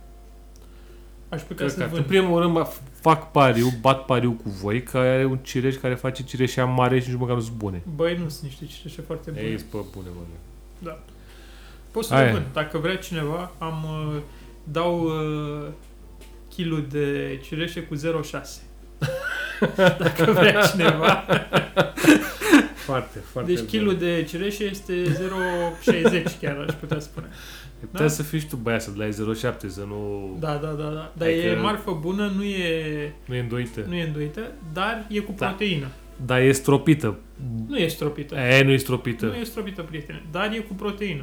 Speaker 2: Aș putea să
Speaker 1: căcat. În
Speaker 2: vând.
Speaker 1: primul rând, mă fac pariu, bat pariu cu voi, că are un cireș care face cireșea mare și nici măcar nu sunt bune.
Speaker 2: Băi, nu sunt niște cireșe foarte bune.
Speaker 1: Ei, bă, bune, bă.
Speaker 2: Da. Pot să
Speaker 1: Aia
Speaker 2: le
Speaker 1: e.
Speaker 2: vând. Dacă vrea cineva, am uh, dau uh, kilo de cireșe cu 0,6. Dacă vrea cineva.
Speaker 1: Foarte, foarte
Speaker 2: Deci kilo de cireșe este 0,60 chiar aș putea spune.
Speaker 1: Putea să fii și tu băiat să dai 0,7, să nu,
Speaker 2: Da, da, da, da. Dar
Speaker 1: Adică-
Speaker 2: e marfă bună, nu e,
Speaker 1: nu e îndoită.
Speaker 2: nu e îndoită, dar e cu
Speaker 1: Da.
Speaker 2: proteină.
Speaker 1: Dar e stropită.
Speaker 2: Nu e stropită.
Speaker 1: E, nu e stropită.
Speaker 2: Nu e stropită, prietene, dar e cu proteină.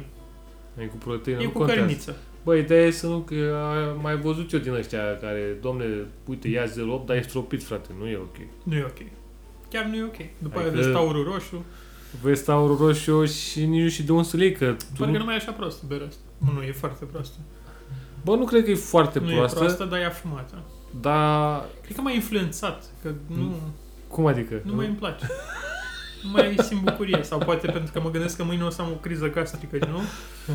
Speaker 1: E cu proteină,
Speaker 2: e
Speaker 1: nu
Speaker 2: cu
Speaker 1: contează.
Speaker 2: cărniță.
Speaker 1: Bă, ideea e să nu... Că am mai văzut eu din ăștia care, domne, uite, ia 08, dar e stropit, frate, nu e ok.
Speaker 2: Nu e ok. Chiar nu e ok. După aia
Speaker 1: Adică-
Speaker 2: vezi taurul roșu.
Speaker 1: Vezi taurul roșu și nici nu știi de unde să-l iei, că tu
Speaker 2: Parcă
Speaker 1: nu...
Speaker 2: nu mai e așa prost berea asta. Bă, Nu, e foarte proastă.
Speaker 1: Bă, nu cred că e foarte
Speaker 2: nu
Speaker 1: proastă,
Speaker 2: e proastă, dar e afumată.
Speaker 1: dar...
Speaker 2: Cred că m-a influențat, că nu,
Speaker 1: Cum adică?
Speaker 2: nu mai îmi place. Nu mai simt bucurie. Sau poate pentru că mă gândesc că mâine o să am o criză gastrică, nu?
Speaker 1: Oh.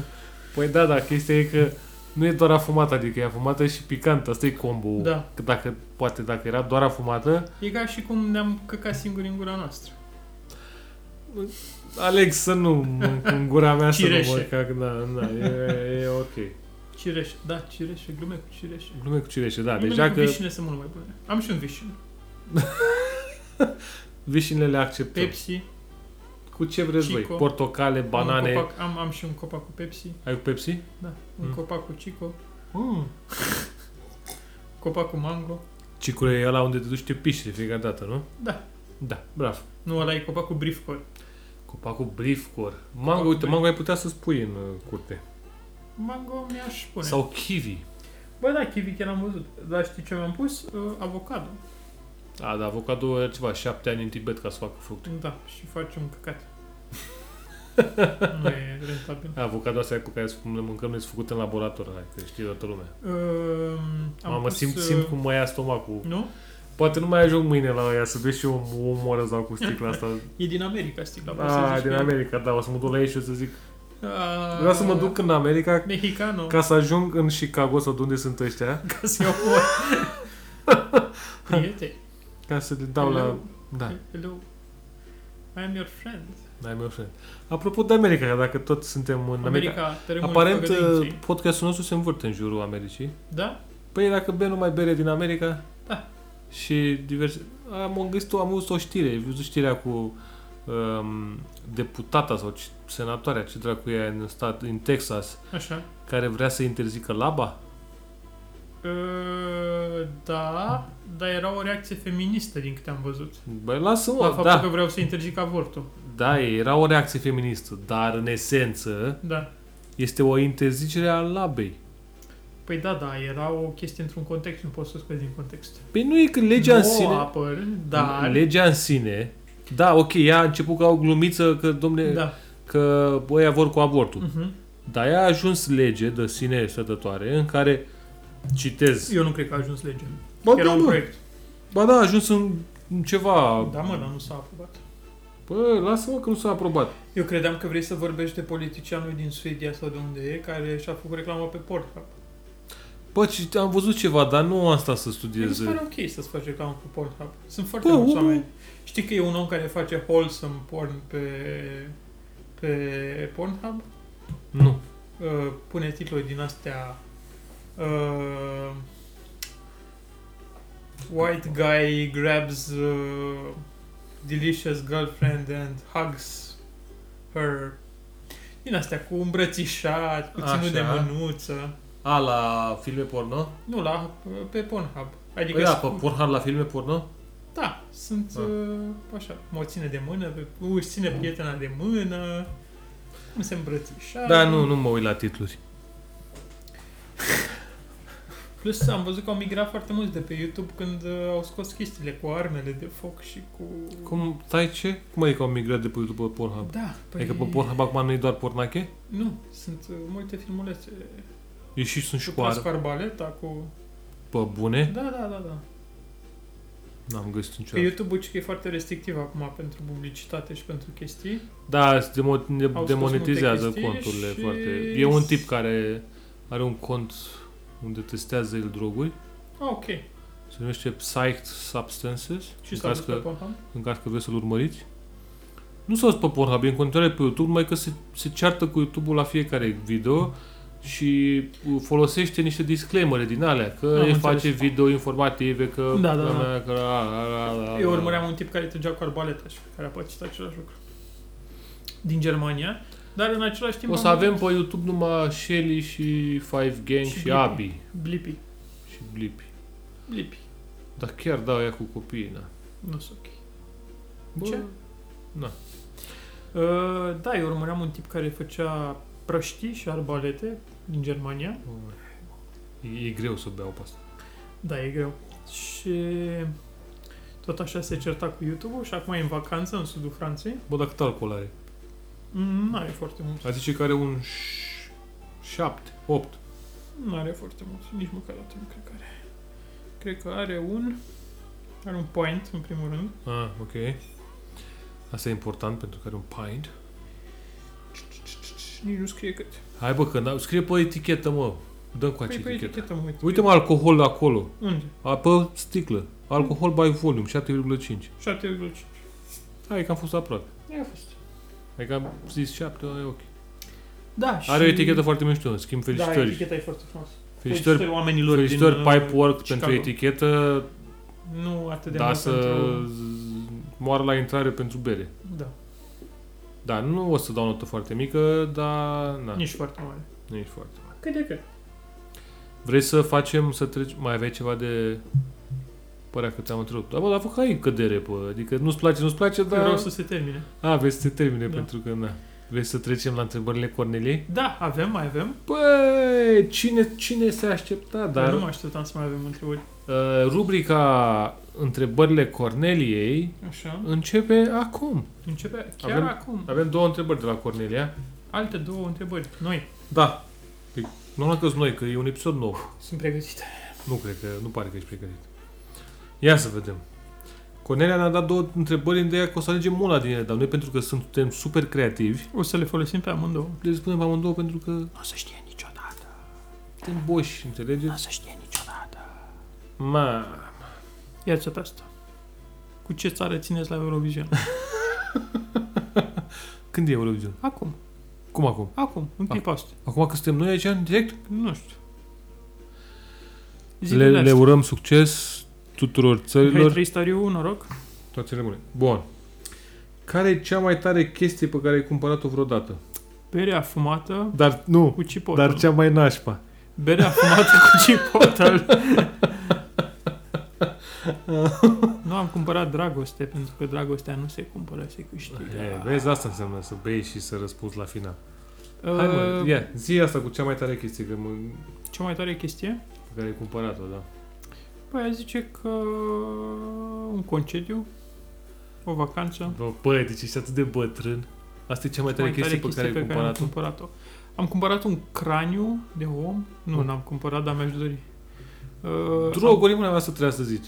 Speaker 1: Păi da, da, chestia e că nu e doar afumată, adică e afumată și picantă, asta e combo.
Speaker 2: Da.
Speaker 1: Că dacă, poate, dacă era doar afumată,
Speaker 2: E ca și cum ne-am căcat singuri în gura noastră.
Speaker 1: Alex să nu mânc în gura mea să nu
Speaker 2: Cireșe.
Speaker 1: mă cac, da, da, e, e ok.
Speaker 2: Cireșe. Da, cireșe. Glume cu cireșe.
Speaker 1: Glume cu cireșe, da,
Speaker 2: Glumele
Speaker 1: deja
Speaker 2: cu
Speaker 1: că
Speaker 2: vișine sunt mult mai bune. Am și un vișine.
Speaker 1: vișinile le acceptăm.
Speaker 2: Pepsi.
Speaker 1: Cu ce vreți
Speaker 2: Chico.
Speaker 1: voi? Portocale, banane.
Speaker 2: Am, un copac, am, am și un copac cu Pepsi.
Speaker 1: Ai cu Pepsi?
Speaker 2: Da. Un
Speaker 1: Mm.
Speaker 2: copac cu Chico.
Speaker 1: Mm.
Speaker 2: Copac cu mango.
Speaker 1: Cicule e ăla unde te duci te piși de fiecare dată, nu?
Speaker 2: Da.
Speaker 1: Da, bravo.
Speaker 2: Nu, ăla e copac cu briefcore.
Speaker 1: Copacul briefcore. Mango,
Speaker 2: Copacul
Speaker 1: uite,
Speaker 2: brief.
Speaker 1: mango ai putea să-ți pui în uh, curte.
Speaker 2: Mango mi-aș pune.
Speaker 1: Sau kiwi.
Speaker 2: Bă, da, kiwi chiar am văzut. Dar știi ce mi-am pus? Uh, avocado.
Speaker 1: A, da, avocado e ceva, șapte ani în Tibet ca să facă fructe.
Speaker 2: Da, și face un căcat. nu e rentabil.
Speaker 1: Avocado astea cu care le mâncăm, le sunt făcute în laborator, hai, că știe toată lumea.
Speaker 2: Uh, am
Speaker 1: Mamă,
Speaker 2: pus,
Speaker 1: simt,
Speaker 2: uh,
Speaker 1: simt cum mă ia stomacul.
Speaker 2: Nu?
Speaker 1: Poate nu mai ajung mâine la ea să vezi și eu o omoră sau cu sticla asta.
Speaker 2: E din America sticla. poți să
Speaker 1: Da,
Speaker 2: zici
Speaker 1: din
Speaker 2: că-
Speaker 1: America, da, o să mă duc la ei și o să zic.
Speaker 2: Ah,
Speaker 1: Vreau să mă duc în America
Speaker 2: Mexicano. Ca,
Speaker 1: ca să ajung în Chicago sau de unde sunt ăștia.
Speaker 2: ca să iau mor. Prieteni.
Speaker 1: Ca să le dau la...
Speaker 2: Hello.
Speaker 1: Da,
Speaker 2: Hello. I'm your friend.
Speaker 1: n-ai meu friend. Apropo de America, dacă tot suntem în America...
Speaker 2: America, America
Speaker 1: Aparent, uh, podcastul nostru se învârte în jurul Americii.
Speaker 2: Da?
Speaker 1: Păi dacă bem numai bere din America...
Speaker 2: Da.
Speaker 1: Și diverse... Am găsit, am văzut o știre, am văzut știrea cu um, deputata sau ci- senatoarea, ce dracu e aia în stat, în Texas,
Speaker 2: Așa.
Speaker 1: care vrea să interzică laba?
Speaker 2: Uh, da, dar era o reacție feministă din câte am văzut.
Speaker 1: Băi, lasă-mă,
Speaker 2: La faptul
Speaker 1: da,
Speaker 2: că vreau să interzic avortul.
Speaker 1: da, era o reacție feministă, dar în esență
Speaker 2: Da.
Speaker 1: este o interzicere a labei.
Speaker 2: Păi da, da, era o chestie într-un context, nu poți să o scoți din context.
Speaker 1: Păi nu e că legea în
Speaker 2: Nu da, o
Speaker 1: sine...
Speaker 2: apăr, dar...
Speaker 1: Legea în sine, da, ok, ea a început ca o glumiță că, domne, da.
Speaker 2: Da.
Speaker 1: că băia vor cu avortul.
Speaker 2: Uh-huh.
Speaker 1: Dar ea a ajuns lege de sine stătătoare în care, citez,
Speaker 2: Eu nu cred că a ajuns legea.
Speaker 1: ba
Speaker 2: era
Speaker 1: da,
Speaker 2: un
Speaker 1: mă,
Speaker 2: proiect.
Speaker 1: ba da, a ajuns în, în ceva,
Speaker 2: Da, mă, dar nu s-a aprobat.
Speaker 1: bă, lasă-mă că nu s-a aprobat.
Speaker 2: Eu credeam că vrei să vorbești de politicianul din Suedia sau de unde e, care și-a făcut reclamă pe Pornhub.
Speaker 1: Bă, ci- am văzut ceva, dar nu asta să
Speaker 2: Mi
Speaker 1: studiez.
Speaker 2: se Păi, pare ok să-ți faci reclamă pe Pornhub. Sunt foarte
Speaker 1: Bă,
Speaker 2: mulți
Speaker 1: omul-
Speaker 2: oameni. Știi că e un om care face wholesome porn pe, pe Pornhub?
Speaker 1: Nu.
Speaker 2: Uh, pune titluri din astea... Uh, white guy grabs uh, delicious girlfriend and hugs her. Din astea cu îmbrățișat, cu ținut de
Speaker 1: Așa.
Speaker 2: mânuță.
Speaker 1: A, la filme porno?
Speaker 2: Nu, la, pe Pornhub. Adică
Speaker 1: Păi da,
Speaker 2: sunt-
Speaker 1: pe Pornhub la filme porno?
Speaker 2: da, sunt
Speaker 1: Da.
Speaker 2: uh, așa, mă o ține de mână, pe- își ține prietena de mână, nu se îmbrățișa.
Speaker 1: Da, nu, nu mă uit la titluri.
Speaker 2: Plus am văzut că au migrat foarte mult de pe YouTube când uh, au scos chestiile cu armele de foc și cu...
Speaker 1: Cum, stai ce? Cum adică au migrat de pe YouTube pe Pornhub?
Speaker 2: Da, păi...
Speaker 1: Adică pe Pornhub acum nu e doar pornache?
Speaker 2: Nu, sunt uh, multe filmulețe.
Speaker 1: E și sunt
Speaker 2: Cu
Speaker 1: școală.
Speaker 2: Pascar Baleta, cu...
Speaker 1: Pe bune?
Speaker 2: Da, da, da, da.
Speaker 1: N-am găsit
Speaker 2: Că
Speaker 1: niciodată.
Speaker 2: YouTube-ul știu că e foarte restrictiv acum pentru publicitate și pentru chestii.
Speaker 1: Da, se demo- ne
Speaker 2: multe
Speaker 1: demonetizează
Speaker 2: chestii
Speaker 1: conturile
Speaker 2: și-
Speaker 1: foarte... E un tip care are un cont unde testează el droguri.
Speaker 2: Ah, ok.
Speaker 1: Se numește Psyched Substances.
Speaker 2: Și
Speaker 1: în
Speaker 2: s-a
Speaker 1: caz
Speaker 2: dus
Speaker 1: că-
Speaker 2: pe Pornhub?
Speaker 1: în caz că vreți să-l urmăriți. Nu s-a dus pe Pornhub, e în continuare pe YouTube, mai că se, se ceartă cu YouTube-ul la fiecare video și uh, folosește niște disclaimere din alea, că
Speaker 2: Am
Speaker 1: el
Speaker 2: înțeles.
Speaker 1: face video informative, că...
Speaker 2: Da, da, da.
Speaker 1: mea, Că, la, la, la, la, la.
Speaker 2: Eu urmăream un tip care trăgea cu arbaleta și care a pățit același lucru. Din Germania. Dar în același timp
Speaker 1: O să
Speaker 2: am
Speaker 1: avem
Speaker 2: văzut
Speaker 1: pe YouTube numai Shelly și Five Gang
Speaker 2: Și
Speaker 1: și,
Speaker 2: Blippi.
Speaker 1: Abi
Speaker 2: Blipi.
Speaker 1: și Blippi.
Speaker 2: Blipi.
Speaker 1: Dar chiar dau ea cu copiii, da. na.
Speaker 2: Nu sunt ok.
Speaker 1: Bă,
Speaker 2: Ce? Uh, da, eu urmăream un tip care făcea prăștii și arbalete din Germania.
Speaker 1: E, e greu să beau pe asta.
Speaker 2: Da, e greu. Și tot așa se certa cu YouTube-ul și acum e în vacanță în sudul Franței.
Speaker 1: Bă, dar cât alcool are?
Speaker 2: Mm, Nu are foarte mult.
Speaker 1: Ai zice că are un 7, 8.
Speaker 2: Nu are foarte mult. Nici măcar atât nu cred că are. Cred că are un... Are un point, în primul rând.
Speaker 1: Ah, ok. Asta e important pentru că are un pint.
Speaker 2: Și nici nu scrie cât.
Speaker 1: Hai bă, că n- scrie pe etichetă, mă. Dăm cu
Speaker 2: Păi
Speaker 1: această
Speaker 2: pe
Speaker 1: etichetă.
Speaker 2: etichetă mă uit.
Speaker 1: Uite-mă alcohol acolo.
Speaker 2: Unde?
Speaker 1: A, pe sticlă. Alcohol by volume, 7,5.
Speaker 2: 7,5.
Speaker 1: Hai că am fost aproape.
Speaker 2: Aia a fost.
Speaker 1: Hai că am zis 7, e ok.
Speaker 2: Da, și...
Speaker 1: Are o etichetă foarte mișto, în schimb felicitări.
Speaker 2: Da, eticheta e foarte frumoasă.
Speaker 1: felicitări,
Speaker 2: oamenilor
Speaker 1: felicitări
Speaker 2: din, uh,
Speaker 1: Pipework
Speaker 2: Chicago.
Speaker 1: pentru etichetă,
Speaker 2: Nu atât de
Speaker 1: da
Speaker 2: mult
Speaker 1: să
Speaker 2: pentru...
Speaker 1: z- moară la intrare pentru bere.
Speaker 2: Da,
Speaker 1: Da, nu o să dau notă foarte mică, dar na,
Speaker 2: nici foarte mare.
Speaker 1: nu ești foarte mare.
Speaker 2: Cât de cât.
Speaker 1: Vrei să facem, să treci, mai aveai ceva de... Părea că ți-am întrerupt. Da, bă, dar fă că ai cădere, bă. Adică nu-ți place, nu-ți place,
Speaker 2: Da.
Speaker 1: dar...
Speaker 2: Vreau să se termine.
Speaker 1: A, vrei să te termine,
Speaker 2: Da.
Speaker 1: pentru că, na. Vrei să trecem la întrebările Corneliei?
Speaker 2: Da, avem, mai avem.
Speaker 1: Băi, cine, cine se aștepta,
Speaker 2: Dar...
Speaker 1: dar...
Speaker 2: Nu mă așteptam să mai avem întrebări.
Speaker 1: Uh, rubrica întrebările Corneliei
Speaker 2: Așa.
Speaker 1: începe acum.
Speaker 2: Începe chiar
Speaker 1: Avem-
Speaker 2: acum.
Speaker 1: Avem două întrebări de la Cornelia.
Speaker 2: Alte două întrebări. Noi.
Speaker 1: Da. Păi, Nu am căzut noi, că e un episod nou.
Speaker 2: Sunt pregătite.
Speaker 1: Nu cred că, nu pare că ești pregătit. Ia să vedem. Cornelia ne-a dat două întrebări în ideea că o să alegem una din ele, dar noi pentru că suntem super creativi,
Speaker 2: O să le folosim pe amândouă.
Speaker 1: le spunem pe amândouă pentru că
Speaker 2: Nu o să știe niciodată.
Speaker 1: suntem boși,
Speaker 2: Nu o
Speaker 1: înțelegeți?
Speaker 2: să știe niciodată.
Speaker 1: Ma,
Speaker 2: Iar ce asta. Cu ce țară țineți la Eurovision?
Speaker 1: când e Eurovision?
Speaker 2: Acum.
Speaker 1: Cum acum?
Speaker 2: Acum. În
Speaker 1: Ah.
Speaker 2: clipa asta.
Speaker 1: Acum că suntem noi aici în direct,
Speaker 2: Nu știu. Zilele
Speaker 1: le, le
Speaker 2: astea.
Speaker 1: urăm succes tuturor
Speaker 2: Hai,
Speaker 1: țărilor,
Speaker 2: trei stariu, noroc.
Speaker 1: toate rămâne. Bun. Care e cea mai tare chestie pe care ai cumpărat-o vreodată?
Speaker 2: Berea fumată
Speaker 1: Dar nu,
Speaker 2: cu cipotă.
Speaker 1: dar cea mai nașpa.
Speaker 2: Berea fumată cu cipotă. nu am cumpărat dragoste, pentru că dragostea nu se cumpără, se câștigă.
Speaker 1: E, vezi, asta înseamnă să bei și să răspunzi la final.
Speaker 2: Uh,
Speaker 1: Hai mă, ia, zi asta cu cea mai tare chestie că mă,
Speaker 2: Cea mai tare chestie?
Speaker 1: pe care ai cumpărat-o, da.
Speaker 2: Păi aș zice că un concediu, o vacanță.
Speaker 1: Bă, băi, deci ești atât de bătrân. Asta e cea mai
Speaker 2: Cea
Speaker 1: tare chestie pe care ai
Speaker 2: am
Speaker 1: cumpărat-o.
Speaker 2: cumpărat-o. Am cumpărat un craniu de om. Nu, n-am cumpărat, dar mi-aș dori. Uh,
Speaker 1: Droguri, mâna mea să trebuia să zici.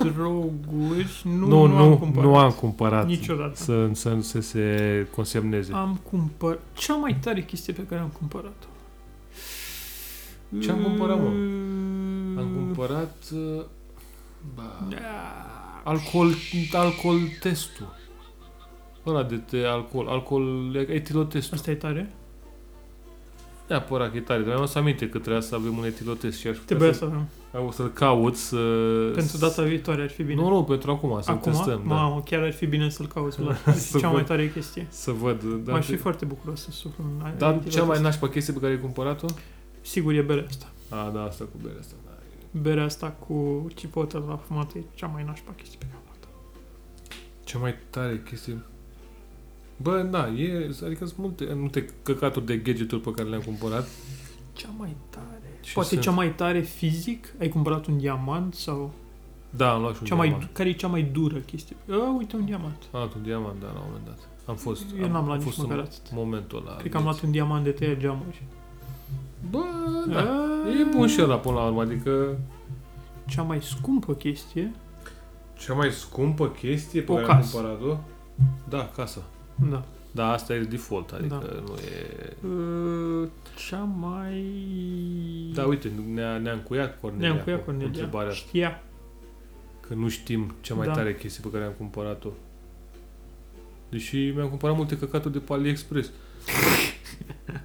Speaker 2: am- Droguri? Nu,
Speaker 1: nu,
Speaker 2: am
Speaker 1: nu,
Speaker 2: cumpărat.
Speaker 1: nu am cumpărat.
Speaker 2: Niciodată.
Speaker 1: Să, să, să se consemneze.
Speaker 2: Am cumpărat... Cea mai tare chestie pe care am cumpărat-o?
Speaker 1: Ce am cumpărat, mă? Am
Speaker 2: Am
Speaker 1: cumpărat... Da. uh, Ba,
Speaker 2: Da.
Speaker 1: alcool, alcool testul. Ăla de te, alcool, alcool, etilotestul.
Speaker 2: Asta e tare?
Speaker 1: Neapărat că e tare, dar mi-am adus aminte că trebuia să avem un etilotest și aș
Speaker 2: Trebuia să avem.
Speaker 1: O să-l caut să...
Speaker 2: Pentru data viitoare ar fi bine.
Speaker 1: Nu, nu, pentru acum, să
Speaker 2: Acum?
Speaker 1: testăm, da.
Speaker 2: Mamă, chiar ar fi bine să-l cauți. la-
Speaker 1: Să
Speaker 2: Cea
Speaker 1: văd.
Speaker 2: mai tare chestie.
Speaker 1: Să văd. Dar,
Speaker 2: M-aș fi foarte bucuros să suflu un aer
Speaker 1: dar
Speaker 2: ventilat
Speaker 1: cea mai
Speaker 2: ăsta.
Speaker 1: nașpa chestie pe care ai cumpărat-o?
Speaker 2: Sigur e berea asta.
Speaker 1: A, da, asta cu berea asta. Da.
Speaker 2: Berea asta cu cipotă la fumată e cea mai nașpa chestie pe care am luat.
Speaker 1: Cea mai tare chestie... Bă, da, e, adică sunt multe, multe căcaturi de gadgeturi pe care le-am cumpărat.
Speaker 2: Cea mai tare...
Speaker 1: Ce
Speaker 2: Poate
Speaker 1: sunt?
Speaker 2: cea mai tare fizic? Ai cumpărat un diamant sau...
Speaker 1: Da, am luat și un
Speaker 2: Cea
Speaker 1: diamant.
Speaker 2: mai, care e cea mai dură chestie? A, uite un diamant.
Speaker 1: Mai... A, un diamant, da, la un moment dat. Am fost...
Speaker 2: Eu n-am luat
Speaker 1: am
Speaker 2: nici
Speaker 1: fost
Speaker 2: măcar
Speaker 1: în
Speaker 2: atât.
Speaker 1: momentul ăla. deci
Speaker 2: Cred că am luat un diamant de tăiat geamuri.
Speaker 1: Bă, da.
Speaker 2: A,
Speaker 1: E bun și ăla până la urmă, adică...
Speaker 2: cea mai scumpă chestie,
Speaker 1: Cea mai scumpă chestie pe
Speaker 2: O
Speaker 1: care am
Speaker 2: casă.
Speaker 1: cumpărat-o? Da, casa.
Speaker 2: da,
Speaker 1: Da, asta e default, adică
Speaker 2: Da.
Speaker 1: nu e... Ă,
Speaker 2: Uh, cea mai...
Speaker 1: Da, uite, ne-a, ne-a încuiat Cornelia.
Speaker 2: Ne-am cu ea,
Speaker 1: cu
Speaker 2: Cornelia.
Speaker 1: Întrebarea asta.
Speaker 2: Știa.
Speaker 1: Că nu știm cea mai
Speaker 2: Da.
Speaker 1: tare chestie pe care am cumpărat-o. Deși mi-am cumpărat multe căcaturi de pe AliExpress.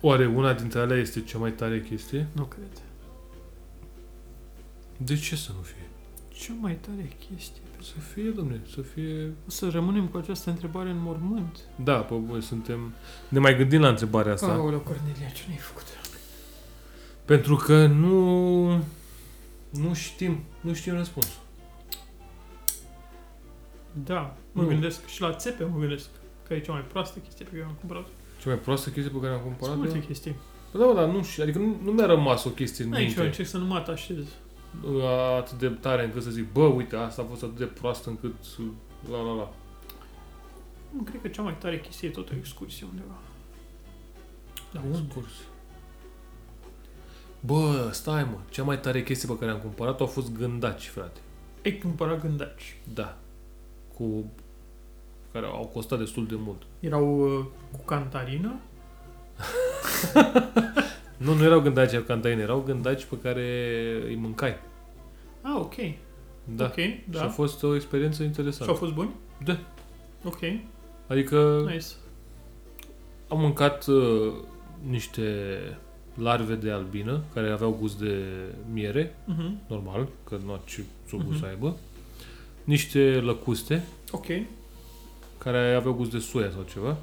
Speaker 1: Oare una dintre alea este cea mai tare chestie?
Speaker 2: Nu cred.
Speaker 1: De ce să nu fie?
Speaker 2: Cea mai tare chestie. pe-
Speaker 1: Să fie, domne, să fie...
Speaker 2: O să rămânem cu această întrebare în mormânt.
Speaker 1: Da, pe bune, suntem... Ne mai gândim la întrebarea asta.
Speaker 2: Aoleu, Cornelia, ce ne-ai făcut?
Speaker 1: Pentru că nu... Nu știm. Nu știm răspunsul.
Speaker 2: Da, mă
Speaker 1: Nu.
Speaker 2: gândesc și la țepe mă gândesc că e cea mai proastă chestie pe care am cumpărat.
Speaker 1: Cea mai proastă chestie pe care am
Speaker 2: Sunt
Speaker 1: cumpărat-o?
Speaker 2: multe chestii.
Speaker 1: Da, bă, dar nu știu. Adică nu, nu mi-a rămas o chestie în
Speaker 2: Aici eu
Speaker 1: minte
Speaker 2: încerc să nu mă atașez.
Speaker 1: atât de tare încât să zic, bă, uite, asta a fost atât de proastă încât la la la.
Speaker 2: Nu, Cred că cea mai tare chestie e tot o excursie undeva. Da,
Speaker 1: Un
Speaker 2: unde?
Speaker 1: curs. Bă, stai mă, cea mai tare chestie pe care am cumpărat-o a fost gândaci, frate.
Speaker 2: Ai cumpărat gândaci.
Speaker 1: Da. Cu... Care au costat destul de mult.
Speaker 2: Erau uh, cu cantarină?
Speaker 1: Nu, nu erau gândaci arcantaine, erau gândaci pe care îi mâncai.
Speaker 2: Ah, ok.
Speaker 1: Da.
Speaker 2: Ok,
Speaker 1: Și a
Speaker 2: da.
Speaker 1: fost o experiență
Speaker 2: Și au
Speaker 1: interesantă.
Speaker 2: fost buni?
Speaker 1: Da.
Speaker 2: Ok,
Speaker 1: Adică
Speaker 2: nice.
Speaker 1: am mâncat uh, niște larve de albină care aveau gust de miere,
Speaker 2: Mhm.
Speaker 1: normal, că nu ar ce ce gust
Speaker 2: Mhm.
Speaker 1: să aibă, niște lăcuste
Speaker 2: Ok,
Speaker 1: care aveau gust de soia sau ceva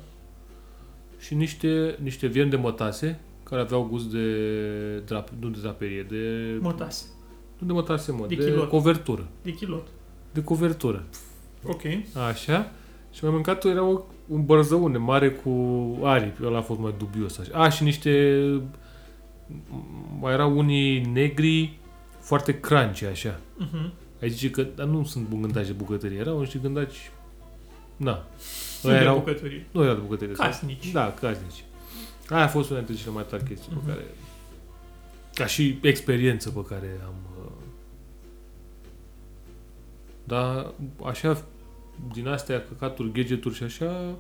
Speaker 1: și niște, niște vierni de mătase care aveau gust de, drap, nu de draperie, de...
Speaker 2: mătase.
Speaker 1: Nu de mătase, mă,
Speaker 2: De
Speaker 1: de,
Speaker 2: chilot.
Speaker 1: covertură.
Speaker 2: De kilot.
Speaker 1: De covertură.
Speaker 2: Ok.
Speaker 1: Așa. Și am mâncat era o, un bărzăune mare cu aripi. Ăla a fost mai dubios. Așa. A, și niște... Mai erau unii negri foarte crunchy, așa.
Speaker 2: Mhm.
Speaker 1: Ai zice că dar nu sunt bun gândaci de bucătărie. Erau niște gândaci... Na.
Speaker 2: Sunt
Speaker 1: Ăia
Speaker 2: de
Speaker 1: erau...
Speaker 2: bucătărie.
Speaker 1: Nu erau de bucătărie. sau-
Speaker 2: Casnici.
Speaker 1: Da, casnici. Aia a fost una dintre cele mai tari chestii
Speaker 2: Mhm.
Speaker 1: pe care... Ca și experiență pe care am... uh, Dar așa, din astea căcaturi, gadgeturi și așa,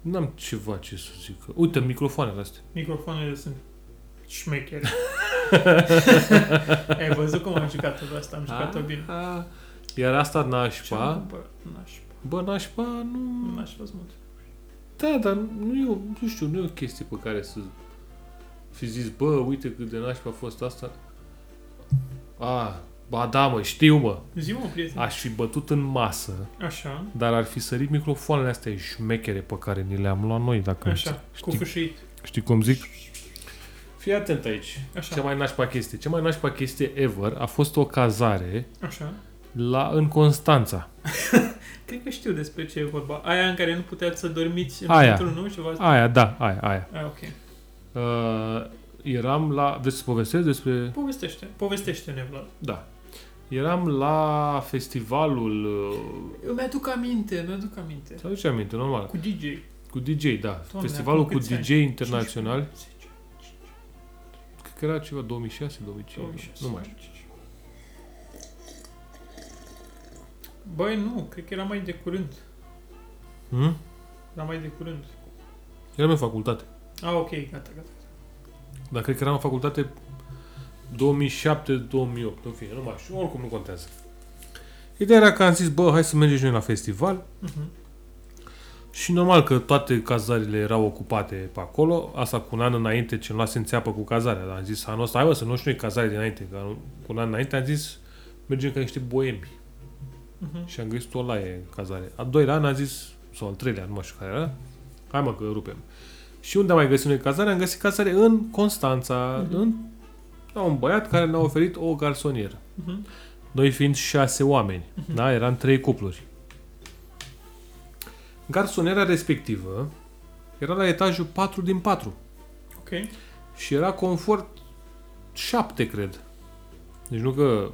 Speaker 1: n-am ceva ce să zic. Uite, microfoanele astea.
Speaker 2: Microfoanele sunt șmechere. Ai văzut cum am jucat-o pe asta? Am
Speaker 1: Ah.
Speaker 2: jucat-o bine.
Speaker 1: A, Iar asta
Speaker 2: Ce-am
Speaker 1: nașpa,
Speaker 2: cumpărat? Nașpa.
Speaker 1: bă, nașpa nu...
Speaker 2: N-aș vrea să mă duc.
Speaker 1: Da, dar nu e, o, nu știu, nu e o chestie pe care să fi zis, bă, uite cât de nașpa a fost asta. A, ba da, mă, știu, mă.
Speaker 2: Zi-mă, prieten.
Speaker 1: Aș fi bătut în masă,
Speaker 2: Așa.
Speaker 1: dar ar fi sărit microfoanele astea șmechere pe care ni le-am luat noi, dacă
Speaker 2: Așa. Cu
Speaker 1: știi,
Speaker 2: fâșâit.
Speaker 1: știi cum zic? Fii atent aici. Cea
Speaker 2: Așa.
Speaker 1: mai nașpa chestie. Cea mai nașpa chestie ever a fost o cazare
Speaker 2: Așa.
Speaker 1: la, în Constanța.
Speaker 2: Cred că știu despre ce e vorba. Aia în care nu puteați să dormiți în
Speaker 1: Aia.
Speaker 2: centrul nu și v-ați...
Speaker 1: Aia, da, aia, aia.
Speaker 2: Aia, ok.
Speaker 1: Uh, eram la... Vreți să povestesc despre...
Speaker 2: Povestește. Povestește-ne, Vlad.
Speaker 1: Da. Eram la festivalul... uh,
Speaker 2: Eu mi-aduc aminte, mi-aduc aminte.
Speaker 1: Îți aduce aminte, normal.
Speaker 2: Cu DJ.
Speaker 1: Cu DJ, da.
Speaker 2: acum
Speaker 1: festivalul cu
Speaker 2: câți
Speaker 1: DJ
Speaker 2: ani?
Speaker 1: internațional.
Speaker 2: 15,
Speaker 1: Cred că era ceva 2006, 2005.
Speaker 2: 16,
Speaker 1: Nu mai știu.
Speaker 2: 15. Băi, nu, cred că era mai de curând.
Speaker 1: Hmm?
Speaker 2: Era mai de curând.
Speaker 1: Eram în facultate.
Speaker 2: Ah, ok, gata, gata.
Speaker 1: Dar cred că eram în facultate 2007-2008. În fine, nu mai știu. Oricum nu contează. Ideea era că am zis, bă, hai să mergem și noi la festival.
Speaker 2: Mhm.
Speaker 1: Și normal că toate cazarile erau ocupate pe acolo. Asta cu un an înainte ce nu luasem țeapă cu cazarea. Dar am zis anul ăsta, hai bă, să nu știu noi cazare dinainte. Că anul- cu un an înainte am zis, mergem ca niște boemi.
Speaker 2: Mhm.
Speaker 1: Și am găsit o laie în cazare. A doilea an am zis, sau al treilea, nu mai știu care era, hai mă că rupem. Și unde am mai găsit noi cazare? Am găsit cazare în Constanța,
Speaker 2: Mhm.
Speaker 1: în, la un băiat care ne-a oferit o garsonieră.
Speaker 2: Mhm.
Speaker 1: Noi fiind șase oameni,
Speaker 2: Mhm.
Speaker 1: da? Eram trei cupluri. Garsoniera respectivă era la etajul 4 din 4
Speaker 2: Ok.
Speaker 1: și era confort 7, cred. Deci nu că...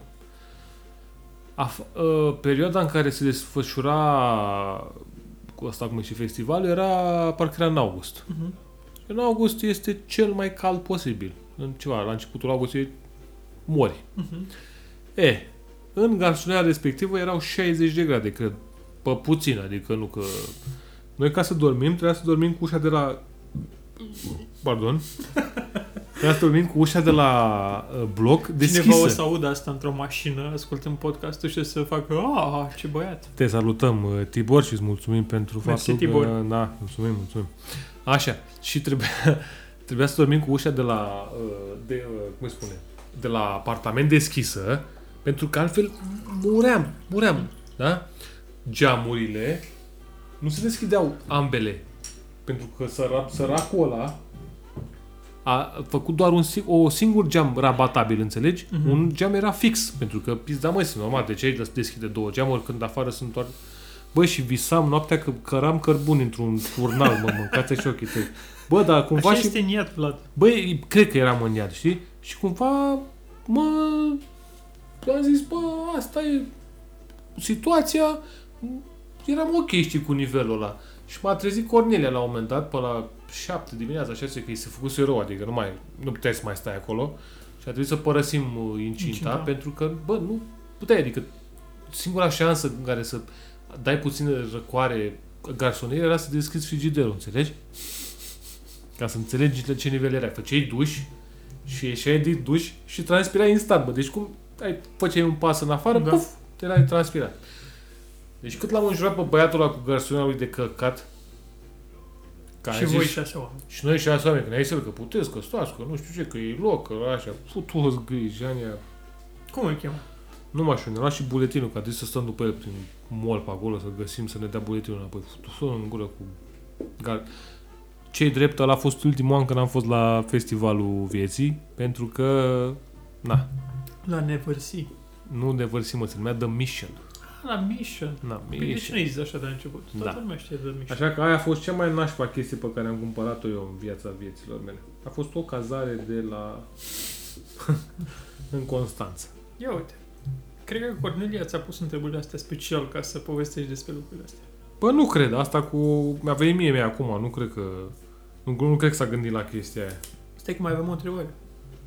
Speaker 1: A, f- a, perioada în care se desfășura cu asta cum e și festivalul era parcă era în august.
Speaker 2: Mhm.
Speaker 1: În august este cel mai cald posibil. În ceva, la începutul august e mori.
Speaker 2: Mhm.
Speaker 1: E, în garsonera respectivă erau 60 de grade, cred. Pe puțin, adică nu că... Noi ca să dormim, trebuia să dormim cu ușa de la... Pardon. Trebuia să dormim cu ușa de la uh, bloc deschisă.
Speaker 2: Cineva o să audă asta într-o mașină, ascultând podcastul și o să facă, ah, ce băiat.
Speaker 1: Te salutăm, uh, Tibor, și îți mulțumim pentru
Speaker 2: Mersi,
Speaker 1: faptul
Speaker 2: Tibor.
Speaker 1: că... Da, mulțumim, mulțumim. Așa, și trebuia, trebuia să dormim cu ușa de la... uh, De, uh, cum îi spune? De la apartament deschisă, pentru că altfel muream, muream, da? Geamurile nu se deschideau ambele, pentru că săra, săracul ăla a făcut doar un, sing- o singur geam rabatabil, înțelegi? Mm-hmm. Un geam era fix, pentru că pizda măi, sunt normal, de ce ai deschide două geamuri când afară sunt doar... Bă, și visam noaptea că căram cărbuni într-un furnal, mă, mâncați și ochii tăi. Bă, dar cumva
Speaker 2: Așa
Speaker 1: și...
Speaker 2: este în iad, Vlad.
Speaker 1: Băi, cred că eram în iad, știi? Și cumva, mă, am zis, bă, asta e situația, eram ok, știi, cu nivelul ăla. Și m-a trezit Cornelia la un moment dat, pe la 7 dimineața, 6, că i se făcuse rău, adică nu, mai, nu puteai să mai stai acolo. Și a trebuit să părăsim uh, incinta,
Speaker 2: Incinta.
Speaker 1: incinta, pentru că, bă, nu puteai, adică singura șansă în care să dai puține răcoare garsonier era să deschizi frigiderul, înțelegi? Ca să înțelegi la ce nivel era. Făceai duș și ieșeai din duș și transpirai instant, bă. Deci cum ai, făceai un pas în afară,
Speaker 2: Da.
Speaker 1: da. puf, erai transpirat. Deci cât l-am înjurat pe băiatul ăla cu garsoniera lui de căcat, care
Speaker 2: și
Speaker 1: a zis-
Speaker 2: voi șase oameni.
Speaker 1: și noi șase oameni, când ai să că puteți, că stați, că nu știu ce, că e loc, că așa, putu-o griji, anii
Speaker 2: Cum îl cheamă?
Speaker 1: nu m-aș ne și buletinul, că a trebuit să stăm după el prin mall pe acolo, să găsim, să ne dea buletinul înapoi. Futu în gură cu... Gar... Cei drept, ăla a fost ultimul an când am fost la festivalul vieții, pentru că... Na,
Speaker 2: La Neversi.
Speaker 1: nu ne vărsim, mă, se numea The Mission.
Speaker 2: Ah, La Mission.
Speaker 1: Na,
Speaker 2: Păi de ce
Speaker 1: Mission.
Speaker 2: nu ai zis așa de la început? Toată
Speaker 1: Da.
Speaker 2: lumea știe de Mission.
Speaker 1: Așa că aia a fost cea mai nașpa chestie pe care am cumpărat-o eu în viața vieților mele. A fost o cazare de la... în Constanța.
Speaker 2: Ia uite. Cred că Cornelia ți-a pus întrebările astea special ca să povestești despre lucrurile astea.
Speaker 1: Bă, nu cred. Asta cu... Mi-a venit mie, mie acum. Nu cred că... Nu, nu cred că s-a gândit la chestia aia.
Speaker 2: Stai că mai avem o întrebare.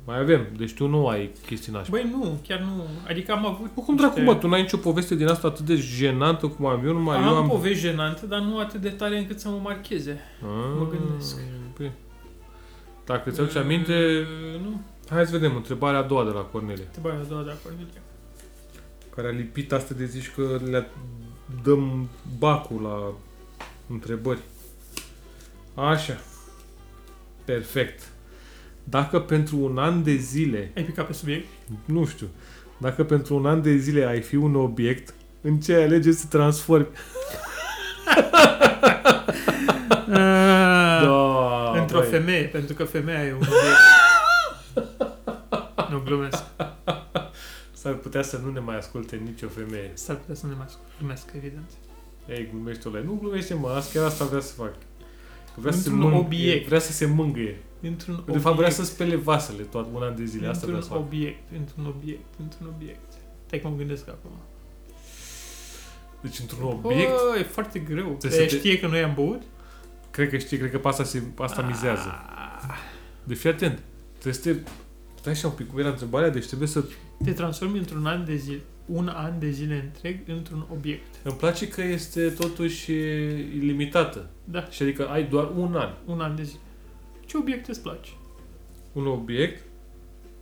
Speaker 1: Mai avem. Deci tu nu ai chestii nașpa.
Speaker 2: Băi, nu, chiar nu. Adică am avut
Speaker 1: Bă, cum dracu, mă, tu n-ai nicio poveste din asta atât de jenantă cum am eu, numai
Speaker 2: am,
Speaker 1: eu
Speaker 2: am
Speaker 1: am...
Speaker 2: povești jenante, dar nu atât de tare încât să mă marcheze.
Speaker 1: Ah,
Speaker 2: mă gândesc.
Speaker 1: bine. Dacă îți aduci aminte...
Speaker 2: E, Nu,
Speaker 1: Hai să vedem întrebarea a doua de la Cornelia.
Speaker 2: te bai a doua de la Cornelia.
Speaker 1: Care a lipit asta de zici că le dăm bacul la întrebări. Așa. Perfect. Dacă pentru un an de zile
Speaker 2: Ai picat pe subiect?
Speaker 1: Nu știu. Dacă pentru un an de zile ai fi un obiect, în ce ai alege să te transformi?
Speaker 2: Ah,
Speaker 1: Da,
Speaker 2: Într-o
Speaker 1: băi.
Speaker 2: femeie, pentru că femeia e un obiect. nu glumesc.
Speaker 1: S-ar putea să nu ne mai asculte nicio femeie.
Speaker 2: S-ar putea să ne mai glumesc, evident.
Speaker 1: Ei, glumește-o Nu glumește, mă. Asta chiar asta vrea să fac. Vrea să, se
Speaker 2: Într-un
Speaker 1: mângâie-
Speaker 2: obiect.
Speaker 1: vrea să se mângâie.
Speaker 2: Într-un obiect.
Speaker 1: De fapt, vrea să spele vasele tot un an de zile. Asta vrea să
Speaker 2: Într-un
Speaker 1: fac.
Speaker 2: obiect, într-un obiect, într-un obiect. Stai că mă gândesc acum.
Speaker 1: Deci, într-un obiect,
Speaker 2: Bă, e foarte greu.
Speaker 1: Trebuie să
Speaker 2: Te
Speaker 1: te-
Speaker 2: știe că noi am băut?
Speaker 1: cred că știi, cred că pe asta, se, pe asta mizează.
Speaker 2: Ah,
Speaker 1: Deci, fii atent. Trebuie să te... Stai așa un pic, cum era întrebarea, deci trebuie să...
Speaker 2: Te transformi într-un an de zile, un an de zile întreg într-un obiect.
Speaker 1: Îmi place că este totuși e, ilimitată.
Speaker 2: Da,
Speaker 1: Și adică ai doar un an.
Speaker 2: un an de zile. Ce obiect îți place?
Speaker 1: un obiect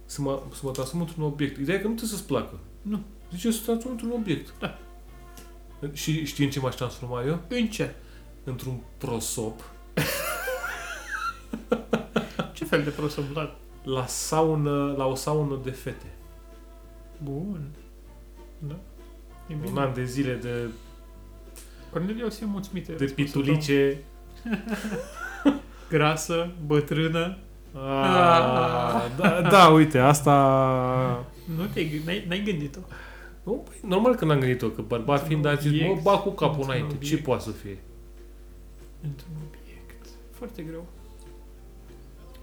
Speaker 1: să mă, să mă transform într-un obiect. Ideea e că nu trebuie să-ți placă.
Speaker 2: Nu.
Speaker 1: Deci eu să transform într-un obiect.
Speaker 2: Da.
Speaker 1: Și știi în ce m-aș transforma eu?
Speaker 2: În ce?
Speaker 1: Într-un prosop
Speaker 2: Ce fel de prost am luat?
Speaker 1: la, saună, la o saună de fete.
Speaker 2: Bun. Da? E
Speaker 1: Un
Speaker 2: bine.
Speaker 1: an de zile de,
Speaker 2: Cornelia o să fie mulțumită.
Speaker 1: de
Speaker 2: Spus-o,
Speaker 1: pitulice.
Speaker 2: da. Grasă, bătrână. Ah.
Speaker 1: A, da, da, uite, asta...
Speaker 2: Nu te n-ai, n-ai gândit-o.
Speaker 1: Nu, păi, normal că n-am gândit-o, că bărbat
Speaker 2: Într-un
Speaker 1: fiind a zis,
Speaker 2: obiect,
Speaker 1: mă, bag cu capul
Speaker 2: într-un
Speaker 1: înainte. Ce
Speaker 2: obiect.
Speaker 1: poate să fie?
Speaker 2: Într-un obiect. Foarte greu.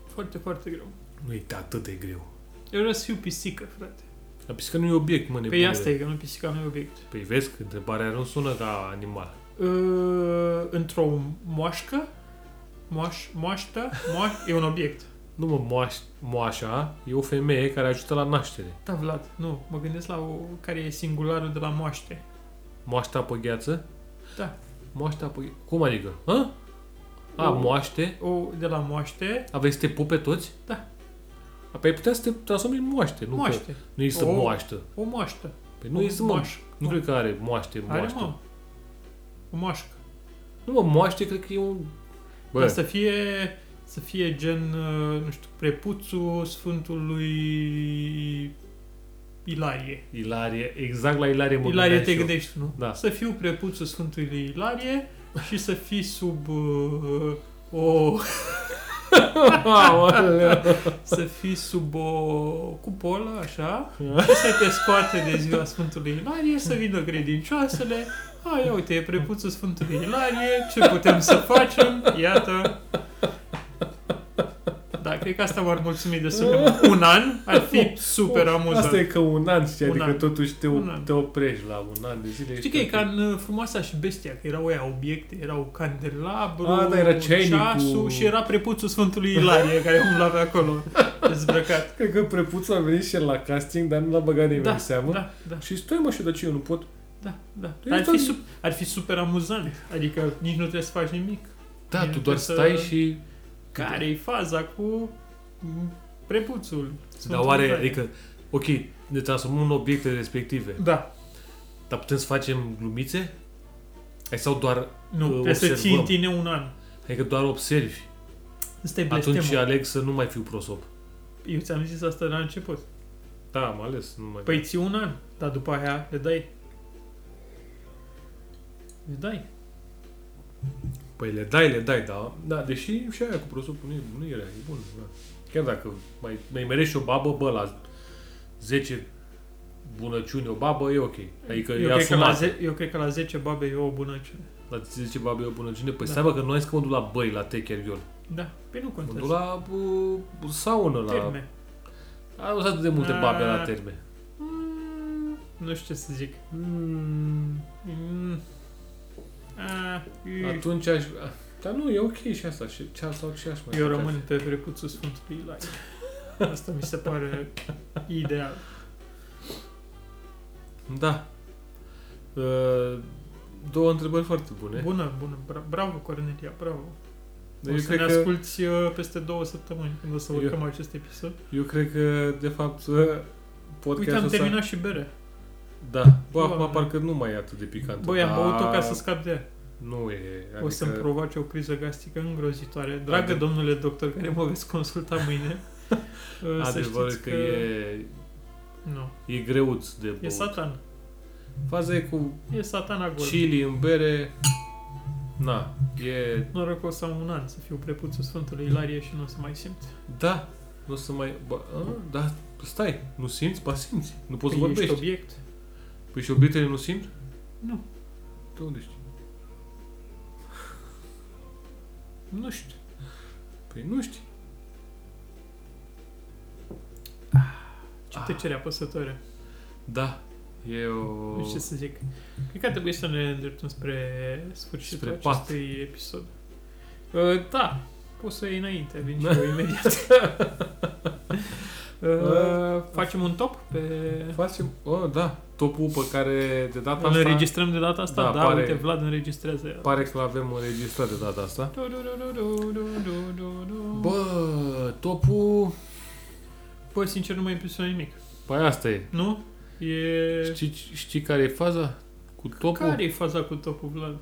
Speaker 2: Foarte, foarte greu.
Speaker 1: Nu e atât de greu.
Speaker 2: Eu vreau să fiu pisică, frate.
Speaker 1: Dar pisica nu e obiect, mă,
Speaker 2: Pe
Speaker 1: nebunule.
Speaker 2: Păi asta e, că nu pisica nu e obiect. Ă,
Speaker 1: Păi vezi, că întrebarea nu sună ca animal.
Speaker 2: Uh, într-o moașcă? Moaș, moaștă? Moaș, e un obiect.
Speaker 1: Nu mă moaș, moașa, e o femeie care ajută la naștere.
Speaker 2: Da, Vlad, nu. Mă gândesc la o, care e singularul de la moaște.
Speaker 1: Moașta pe gheață?
Speaker 2: Da.
Speaker 1: Moașta pe gheață. Cum adică? Hă? A,
Speaker 2: O-
Speaker 1: moaște?
Speaker 2: O de la moaște.
Speaker 1: A, vrei să te pupe toți?
Speaker 2: Da.
Speaker 1: A, păi ai putea să te transformi în moaște, nu Că
Speaker 2: moaște.
Speaker 1: nu există
Speaker 2: O-
Speaker 1: moaștă.
Speaker 2: O moaștă.
Speaker 1: Păi nu
Speaker 2: o
Speaker 1: există mă,
Speaker 2: moaș-
Speaker 1: Nu cred că Da. are moaște,
Speaker 2: Are,
Speaker 1: moaște.
Speaker 2: mă. O moașcă.
Speaker 1: Nu mă, moaște cred că e un... Da,
Speaker 2: Bă. Dar să fie, să fie gen, uh, nu știu, prepuțul Sfântului Ilarie.
Speaker 1: Ilarie, exact la Ilarie mă
Speaker 2: Ilarie
Speaker 1: gândeam
Speaker 2: te
Speaker 1: și eu.
Speaker 2: gândești, nu?
Speaker 1: Da.
Speaker 2: Să fiu prepuțul Sfântului Ilarie și să fii sub uh, o...
Speaker 1: Aoleu.
Speaker 2: să fii sub o cupolă, așa,
Speaker 1: Da.
Speaker 2: și să te scoate de ziua Sfântului Ilarie, să vină credincioasele, a, ia uite, e prepuțul Sfântului Ilarie, ce putem să facem, iată. Da, cred că asta m-ar mulțumi destul de mult. Un an ar fi super amuzant.
Speaker 1: Asta e că un an, știi,
Speaker 2: Un
Speaker 1: adică
Speaker 2: an.
Speaker 1: totuși te,
Speaker 2: Un an.
Speaker 1: te oprești la un an de zile.
Speaker 2: Știi că e ca în uh, Frumoasa și Bestia, că erau aia obiecte, erau candelabru,
Speaker 1: Ah, da, era ceinicul.
Speaker 2: ceasul și era prepuțul Sfântului Ilarie care umbla pe acolo, dezbrăcat.
Speaker 1: Cred că prepuțul a venit și el la casting, dar nu l-a băgat nimeni
Speaker 2: Da,
Speaker 1: în seamă.
Speaker 2: da, da.
Speaker 1: Și stai mă și de ce eu nu pot?
Speaker 2: Da, da.
Speaker 1: Tu
Speaker 2: Dar ar
Speaker 1: ești
Speaker 2: fi,
Speaker 1: tot-
Speaker 2: sub, ar fi super amuzant. Adică nici nu trebuie să faci nimic.
Speaker 1: Da,
Speaker 2: Bine,
Speaker 1: tu doar
Speaker 2: să-
Speaker 1: stai și...
Speaker 2: care e faza cu m, prepuțul.
Speaker 1: Dar
Speaker 2: Sfântul
Speaker 1: oare,
Speaker 2: Nicolae.
Speaker 1: adică, ok, ne transformăm în obiectele respective,
Speaker 2: Da.
Speaker 1: dar putem să facem glumițe? Ai sau doar,
Speaker 2: Nu,
Speaker 1: Uh,
Speaker 2: trebuie să
Speaker 1: observăm.
Speaker 2: ții în tine un an.
Speaker 1: adică doar observi?
Speaker 2: Asta e blestemul.
Speaker 1: Atunci aleg să nu mai fiu prosop.
Speaker 2: Eu ți-am zis asta de la început.
Speaker 1: Da, am ales, nu mai...
Speaker 2: Păi ții un an, dar după aia le dai. Le dai.
Speaker 1: Păi le dai, le dai, da. Da, deși și aia cu prosopul nu e, nu e rea, e bun. Da. Chiar dacă mai, mai merești o babă, bă, la 10 bunăciuni o babă, e ok. Adică
Speaker 2: eu,
Speaker 1: e
Speaker 2: cred că la
Speaker 1: asumat.
Speaker 2: ze- eu cred că la 10 babe e o bunăciune.
Speaker 1: La 10 babe e o bunăciune. Păi
Speaker 2: Da.
Speaker 1: da. stai bă, că noi zic că mă duc la băi, la techer, eu.
Speaker 2: Da, pe nu
Speaker 1: Mă duc
Speaker 2: contează.
Speaker 1: la bă, saună, la...
Speaker 2: Terme.
Speaker 1: A, nu sunt atât de multe
Speaker 2: A.
Speaker 1: babe la terme.
Speaker 2: Mm, nu știu ce să zic.
Speaker 1: Mm,
Speaker 2: Mm. Ah, A, i-
Speaker 1: atunci aș... Dar nu, e ok și asta. Și, ce, sau ce aș mai
Speaker 2: Eu
Speaker 1: face?
Speaker 2: rămân pe prepuțul Sfântului Ilaie. Asta mi se pare ideal.
Speaker 1: Da. Uh, două întrebări foarte bune.
Speaker 2: Bună, bună. Bra- bravo, Cornelia, bravo.
Speaker 1: Dar
Speaker 2: o
Speaker 1: eu
Speaker 2: să
Speaker 1: cred
Speaker 2: ne
Speaker 1: că-
Speaker 2: asculti uh, peste două săptămâni când o să
Speaker 1: Eu-
Speaker 2: urcăm acest episod.
Speaker 1: Eu cred că, de fapt, ă,
Speaker 2: Uite,
Speaker 1: podcastul
Speaker 2: am
Speaker 1: ăsta-
Speaker 2: terminat și bere.
Speaker 1: Da. Bă,
Speaker 2: Doamne.
Speaker 1: acum parcă nu mai e atât de picant.
Speaker 2: Băi, am
Speaker 1: Dar
Speaker 2: băut-o ca să scap de ea.
Speaker 1: Nu e. Adică...
Speaker 2: O să-mi provoace o criză gastrică îngrozitoare. Dragă
Speaker 1: Ade-
Speaker 2: domnule doctor, care mă veți consulta mâine, uh, să
Speaker 1: Adevărul
Speaker 2: știți
Speaker 1: că, că e,
Speaker 2: Nu.
Speaker 1: e greuț de băut.
Speaker 2: E satan.
Speaker 1: Faza e cu
Speaker 2: E satan acolo.
Speaker 1: chili în bere. Na, e...
Speaker 2: Noroc că o să am un an să fiu prepuțul Sfântului Ilarie și nu o să mai simt.
Speaker 1: Da, nu o să mai... Bă, a, da, stai, nu simți? Ba simți, nu poți să
Speaker 2: Păi
Speaker 1: vorbești.
Speaker 2: Ești obiect?
Speaker 1: Păi și obiectele nu simt?
Speaker 2: Nu.
Speaker 1: De unde știi?
Speaker 2: Nu știu.
Speaker 1: Păi nu știi.
Speaker 2: Ce
Speaker 1: Ah.
Speaker 2: tăcere apăsătoare.
Speaker 1: Da, e o...
Speaker 2: Nu știu Deci ce să zic. Cred că ar trebui să ne îndreptăm spre sfârșitul
Speaker 1: Spre pat.
Speaker 2: acestui episod. Uh, da, poți să iei înainte, vin și eu imediat.
Speaker 1: Ă,
Speaker 2: uh, facem un top pe...
Speaker 1: Facem, oh, da, topul pe care de data
Speaker 2: Îl
Speaker 1: asta
Speaker 2: înregistrăm de data asta? Da,
Speaker 1: Da,
Speaker 2: da
Speaker 1: pare-
Speaker 2: uite, Vlad înregistrează.
Speaker 1: pare că l-avem înregistrat de data asta.
Speaker 2: Bă,
Speaker 1: Bă, topul,
Speaker 2: Bă, sincer, nu mă impresionează nimic.
Speaker 1: păi asta e.
Speaker 2: Nu? E...
Speaker 1: Știi, știi care e faza cu topul?
Speaker 2: Care e faza cu topul, Vlad?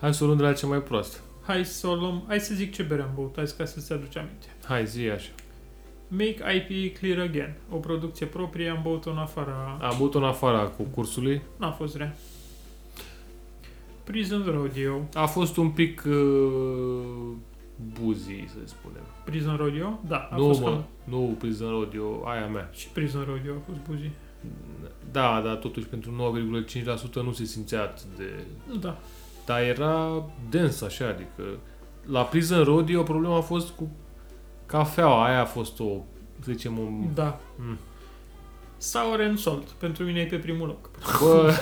Speaker 1: Hai să o luăm de la cea mai proastă.
Speaker 2: Hai să o luăm... Hai să zic ce bere am băut, hai să- ca să-ți aduci aminte.
Speaker 1: Hai, zi așa.
Speaker 2: Make IP Clear Again, o producție proprie, am băut-o în afara,
Speaker 1: Am avut-o în afara concursului.
Speaker 2: n-a fost rea. Prison Rodeo,
Speaker 1: A fost un pic uh, buzi, să spunem.
Speaker 2: Prison Rodeo, da, a
Speaker 1: nu,
Speaker 2: fost
Speaker 1: mă,
Speaker 2: cam...
Speaker 1: nu Prison Rodeo, aia mea.
Speaker 2: Și Prison Rodeo a fost buzi.
Speaker 1: Da, dar totuși pentru 9,5% nu se simțea atât de
Speaker 2: Da,
Speaker 1: Dar era dens așa, adică la Prison Rodeo problema a fost cu cafeaua, aia a fost o, să zicem, un...
Speaker 2: da.
Speaker 1: Mm.
Speaker 2: Sour and Salt, pentru mine e pe primul loc.
Speaker 1: Bă,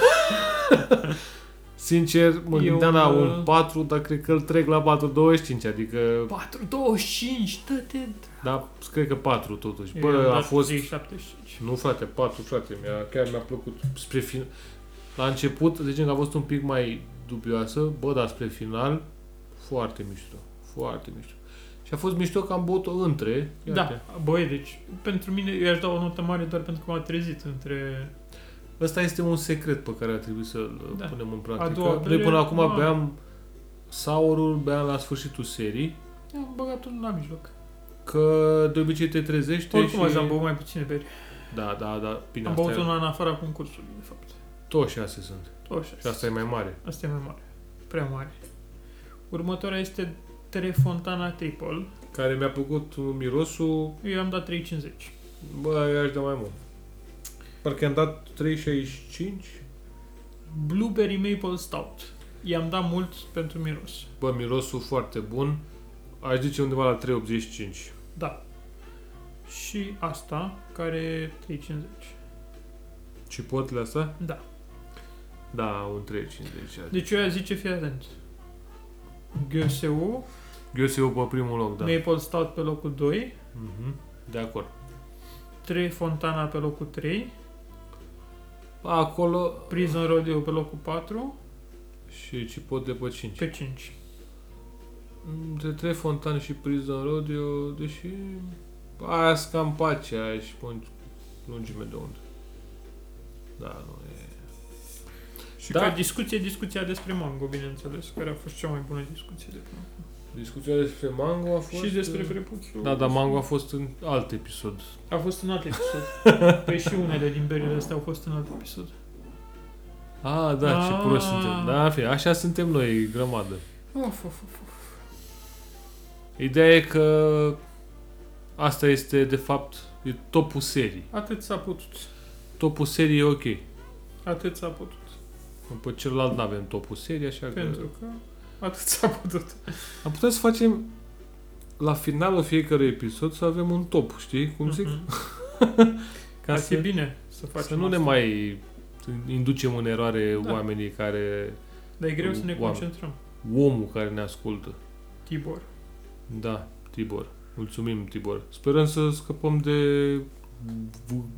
Speaker 1: Sincer, mă
Speaker 2: Eu,
Speaker 1: gândeam la
Speaker 2: uh,
Speaker 1: un 4, dar cred că îl trec la 4.25, adică,
Speaker 2: 4, 25, dă-te!
Speaker 1: da, cred că 4 totuși.
Speaker 2: Eu i-am
Speaker 1: Bă, a
Speaker 2: dat
Speaker 1: fost...
Speaker 2: 3, 75.
Speaker 1: Nu, frate, 4, frate, mi-a, chiar mi-a plăcut spre final. La început, zicem că a fost un pic mai dubioasă, bă, dar spre final, foarte mișto, foarte mișto. Și a fost mișto că am băut-o între.
Speaker 2: Da, băi, deci pentru mine eu aș da o notă mare doar pentru că m-a trezit între...
Speaker 1: Ăsta este un secret pe care ar trebui să-l
Speaker 2: Da.
Speaker 1: da. punem în
Speaker 2: A
Speaker 1: practică.
Speaker 2: doua
Speaker 1: Noi
Speaker 2: bere,
Speaker 1: până acum
Speaker 2: da.
Speaker 1: beam saurul, beam la sfârșitul serii,
Speaker 2: Am băgat unul la mijloc.
Speaker 1: că de obicei te trezește
Speaker 2: Oricum
Speaker 1: și...
Speaker 2: azi am băut mai puține beri.
Speaker 1: Da, da, da, bine,
Speaker 2: Am
Speaker 1: asta
Speaker 2: băut
Speaker 1: e-
Speaker 2: una în afara concursului, de fapt.
Speaker 1: Toți șase sunt.
Speaker 2: O, așa.
Speaker 1: Și asta e mai mare.
Speaker 2: Asta e mai mare. Prea mare. Următoarea este Telefontana Triple.
Speaker 1: Care mi-a plăcut uh, mirosul,
Speaker 2: Eu i-am dat 3,50.
Speaker 1: Bă, eu aș da mai mult. Parcă am dat 3,65.
Speaker 2: Blueberry Maple Stout. I-am dat mult pentru miros.
Speaker 1: Bă, mirosul foarte bun. Aș zice undeva la 3,85.
Speaker 2: Da. Și asta, care e 3,50.
Speaker 1: Cipotle asta?
Speaker 2: Da.
Speaker 1: Da, un 3,50. Deci,
Speaker 2: Deci eu aș zice, fii atent. GSU,
Speaker 1: Ghioseu pe primul loc, da.
Speaker 2: da. Maple Stout pe locul 2,
Speaker 1: Mhm. De acord.
Speaker 2: Trei Fontana pe locul 3,
Speaker 1: Acolo
Speaker 2: Prison Rodeo pe locul 4,
Speaker 1: și Cipotle pe 5.
Speaker 2: pe 5.
Speaker 1: Între trei fontane și Prison Rodeo, deși aia sunt cam pe aceeași pun- lungime de undă. Da, nu e...
Speaker 2: Și
Speaker 1: Da.
Speaker 2: da. ca discuție, discuția despre mango, bineînțeles, care a fost cea mai bună discuție de până acum.
Speaker 1: Discuția despre Mango a fost...
Speaker 2: Și despre
Speaker 1: uh,
Speaker 2: prepuțul.
Speaker 1: Da, dar Mango a fost în alt episod.
Speaker 2: A fost în alt episod. Păi și unele din berile astea au fost în alt episod.
Speaker 1: A, da, ce
Speaker 2: Ah.
Speaker 1: prost suntem. Da, fi, așa suntem noi, grămadă.
Speaker 2: Of, of, of, of.
Speaker 1: Ideea e că asta este, de fapt, e topul serii.
Speaker 2: Atât s-a putut.
Speaker 1: Topul serii e ok.
Speaker 2: Atât s-a putut.
Speaker 1: După celălalt nu avem topul serii, așa
Speaker 2: Pentru
Speaker 1: că...
Speaker 2: că atât s-a putut.
Speaker 1: Am putea să facem la finalul fiecărui episod să avem un top, știi? Cum zic?
Speaker 2: Mhm.
Speaker 1: Ca
Speaker 2: Ar fi
Speaker 1: să,
Speaker 2: bine să facem
Speaker 1: să nu ne
Speaker 2: asta.
Speaker 1: mai inducem în eroare
Speaker 2: Da.
Speaker 1: oamenii care...
Speaker 2: Dar e greu să ne
Speaker 1: Oameni.
Speaker 2: concentrăm.
Speaker 1: Omul care ne ascultă.
Speaker 2: Tibor.
Speaker 1: Da, Tibor. Mulțumim, Tibor. Sperăm să scăpăm de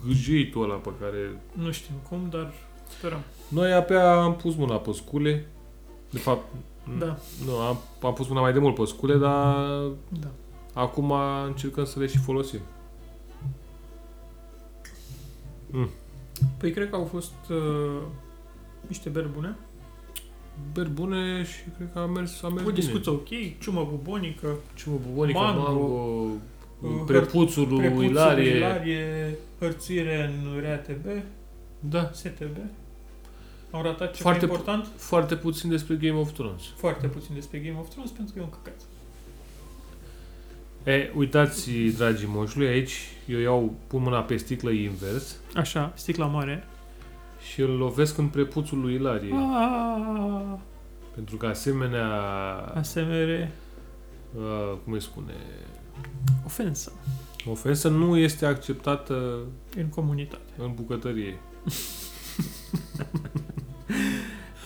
Speaker 1: gâjeitul ăla pe care...
Speaker 2: Nu știm cum, dar sperăm.
Speaker 1: Noi abia am pus mâna pe scule. De fapt, n-
Speaker 2: Da,
Speaker 1: nu, am, am pus mâna mai de mult pe scule, dar
Speaker 2: da.
Speaker 1: acum încercăm să le și folosim.
Speaker 2: Păi cred că au fost uh, niște beri bune.
Speaker 1: Beri bune și cred că a mers, a mers
Speaker 2: O
Speaker 1: bine.
Speaker 2: discuție ok, ciumă bubonică,
Speaker 1: Ciumă bubonică,
Speaker 2: Mango.
Speaker 1: mango,
Speaker 2: Uh,
Speaker 1: prepuțul lui
Speaker 2: prepuțul
Speaker 1: Ilarie.
Speaker 2: Ilarie, hărțuire în RATB,
Speaker 1: Da.
Speaker 2: STB. Am ratat ceva
Speaker 1: Foarte
Speaker 2: Foarte
Speaker 1: pu-
Speaker 2: important.
Speaker 1: Foarte puțin despre Game of Thrones.
Speaker 2: Foarte puțin despre Game of Thrones pentru că e un căcat.
Speaker 1: E, uitați, dragii moșului, aici eu iau, pun mâna pe sticlă invers
Speaker 2: Așa, sticla mare.
Speaker 1: și îl lovesc în prepuțul lui Ilarie. Ah.
Speaker 2: Aaaa,
Speaker 1: Pentru că asemenea, Ah.
Speaker 2: ASMR,
Speaker 1: uh, cum îi spune,
Speaker 2: ofensă
Speaker 1: ofensă nu este acceptată
Speaker 2: în comunitate.
Speaker 1: în bucătărie.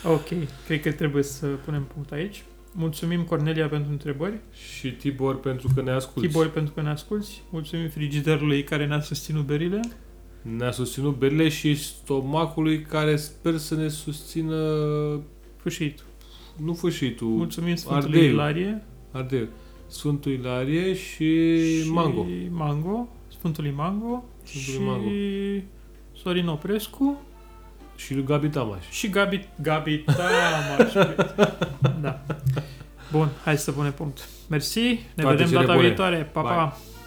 Speaker 2: Ok, cred că trebuie să punem punct aici. Mulțumim Cornelia pentru întrebări,
Speaker 1: Și Tibor pentru că ne asculti.
Speaker 2: Tibor pentru că ne asculti, mulțumim frigiderului care ne-a susținut berile.
Speaker 1: Ne-a susținut berile și stomacului care sper să ne susțină,
Speaker 2: Fâșitul.
Speaker 1: nu fâșitul,
Speaker 2: Mulțumim Sfântului
Speaker 1: Ardeiul.
Speaker 2: Ilarie
Speaker 1: ardeu, Sfântul Ilarie și, și... Mango.
Speaker 2: și Mango, Sfântului Mango
Speaker 1: Sfântului
Speaker 2: și Sorin Oprescu
Speaker 1: Și lui Gabi Tamaș.
Speaker 2: și Gabi, Gabi Tamaș. da. Bun, hai să punem punct. Mersi, ne
Speaker 1: Toate
Speaker 2: vedem
Speaker 1: cele
Speaker 2: data
Speaker 1: bune.
Speaker 2: viitoare. Pa,
Speaker 1: Bye.
Speaker 2: pa.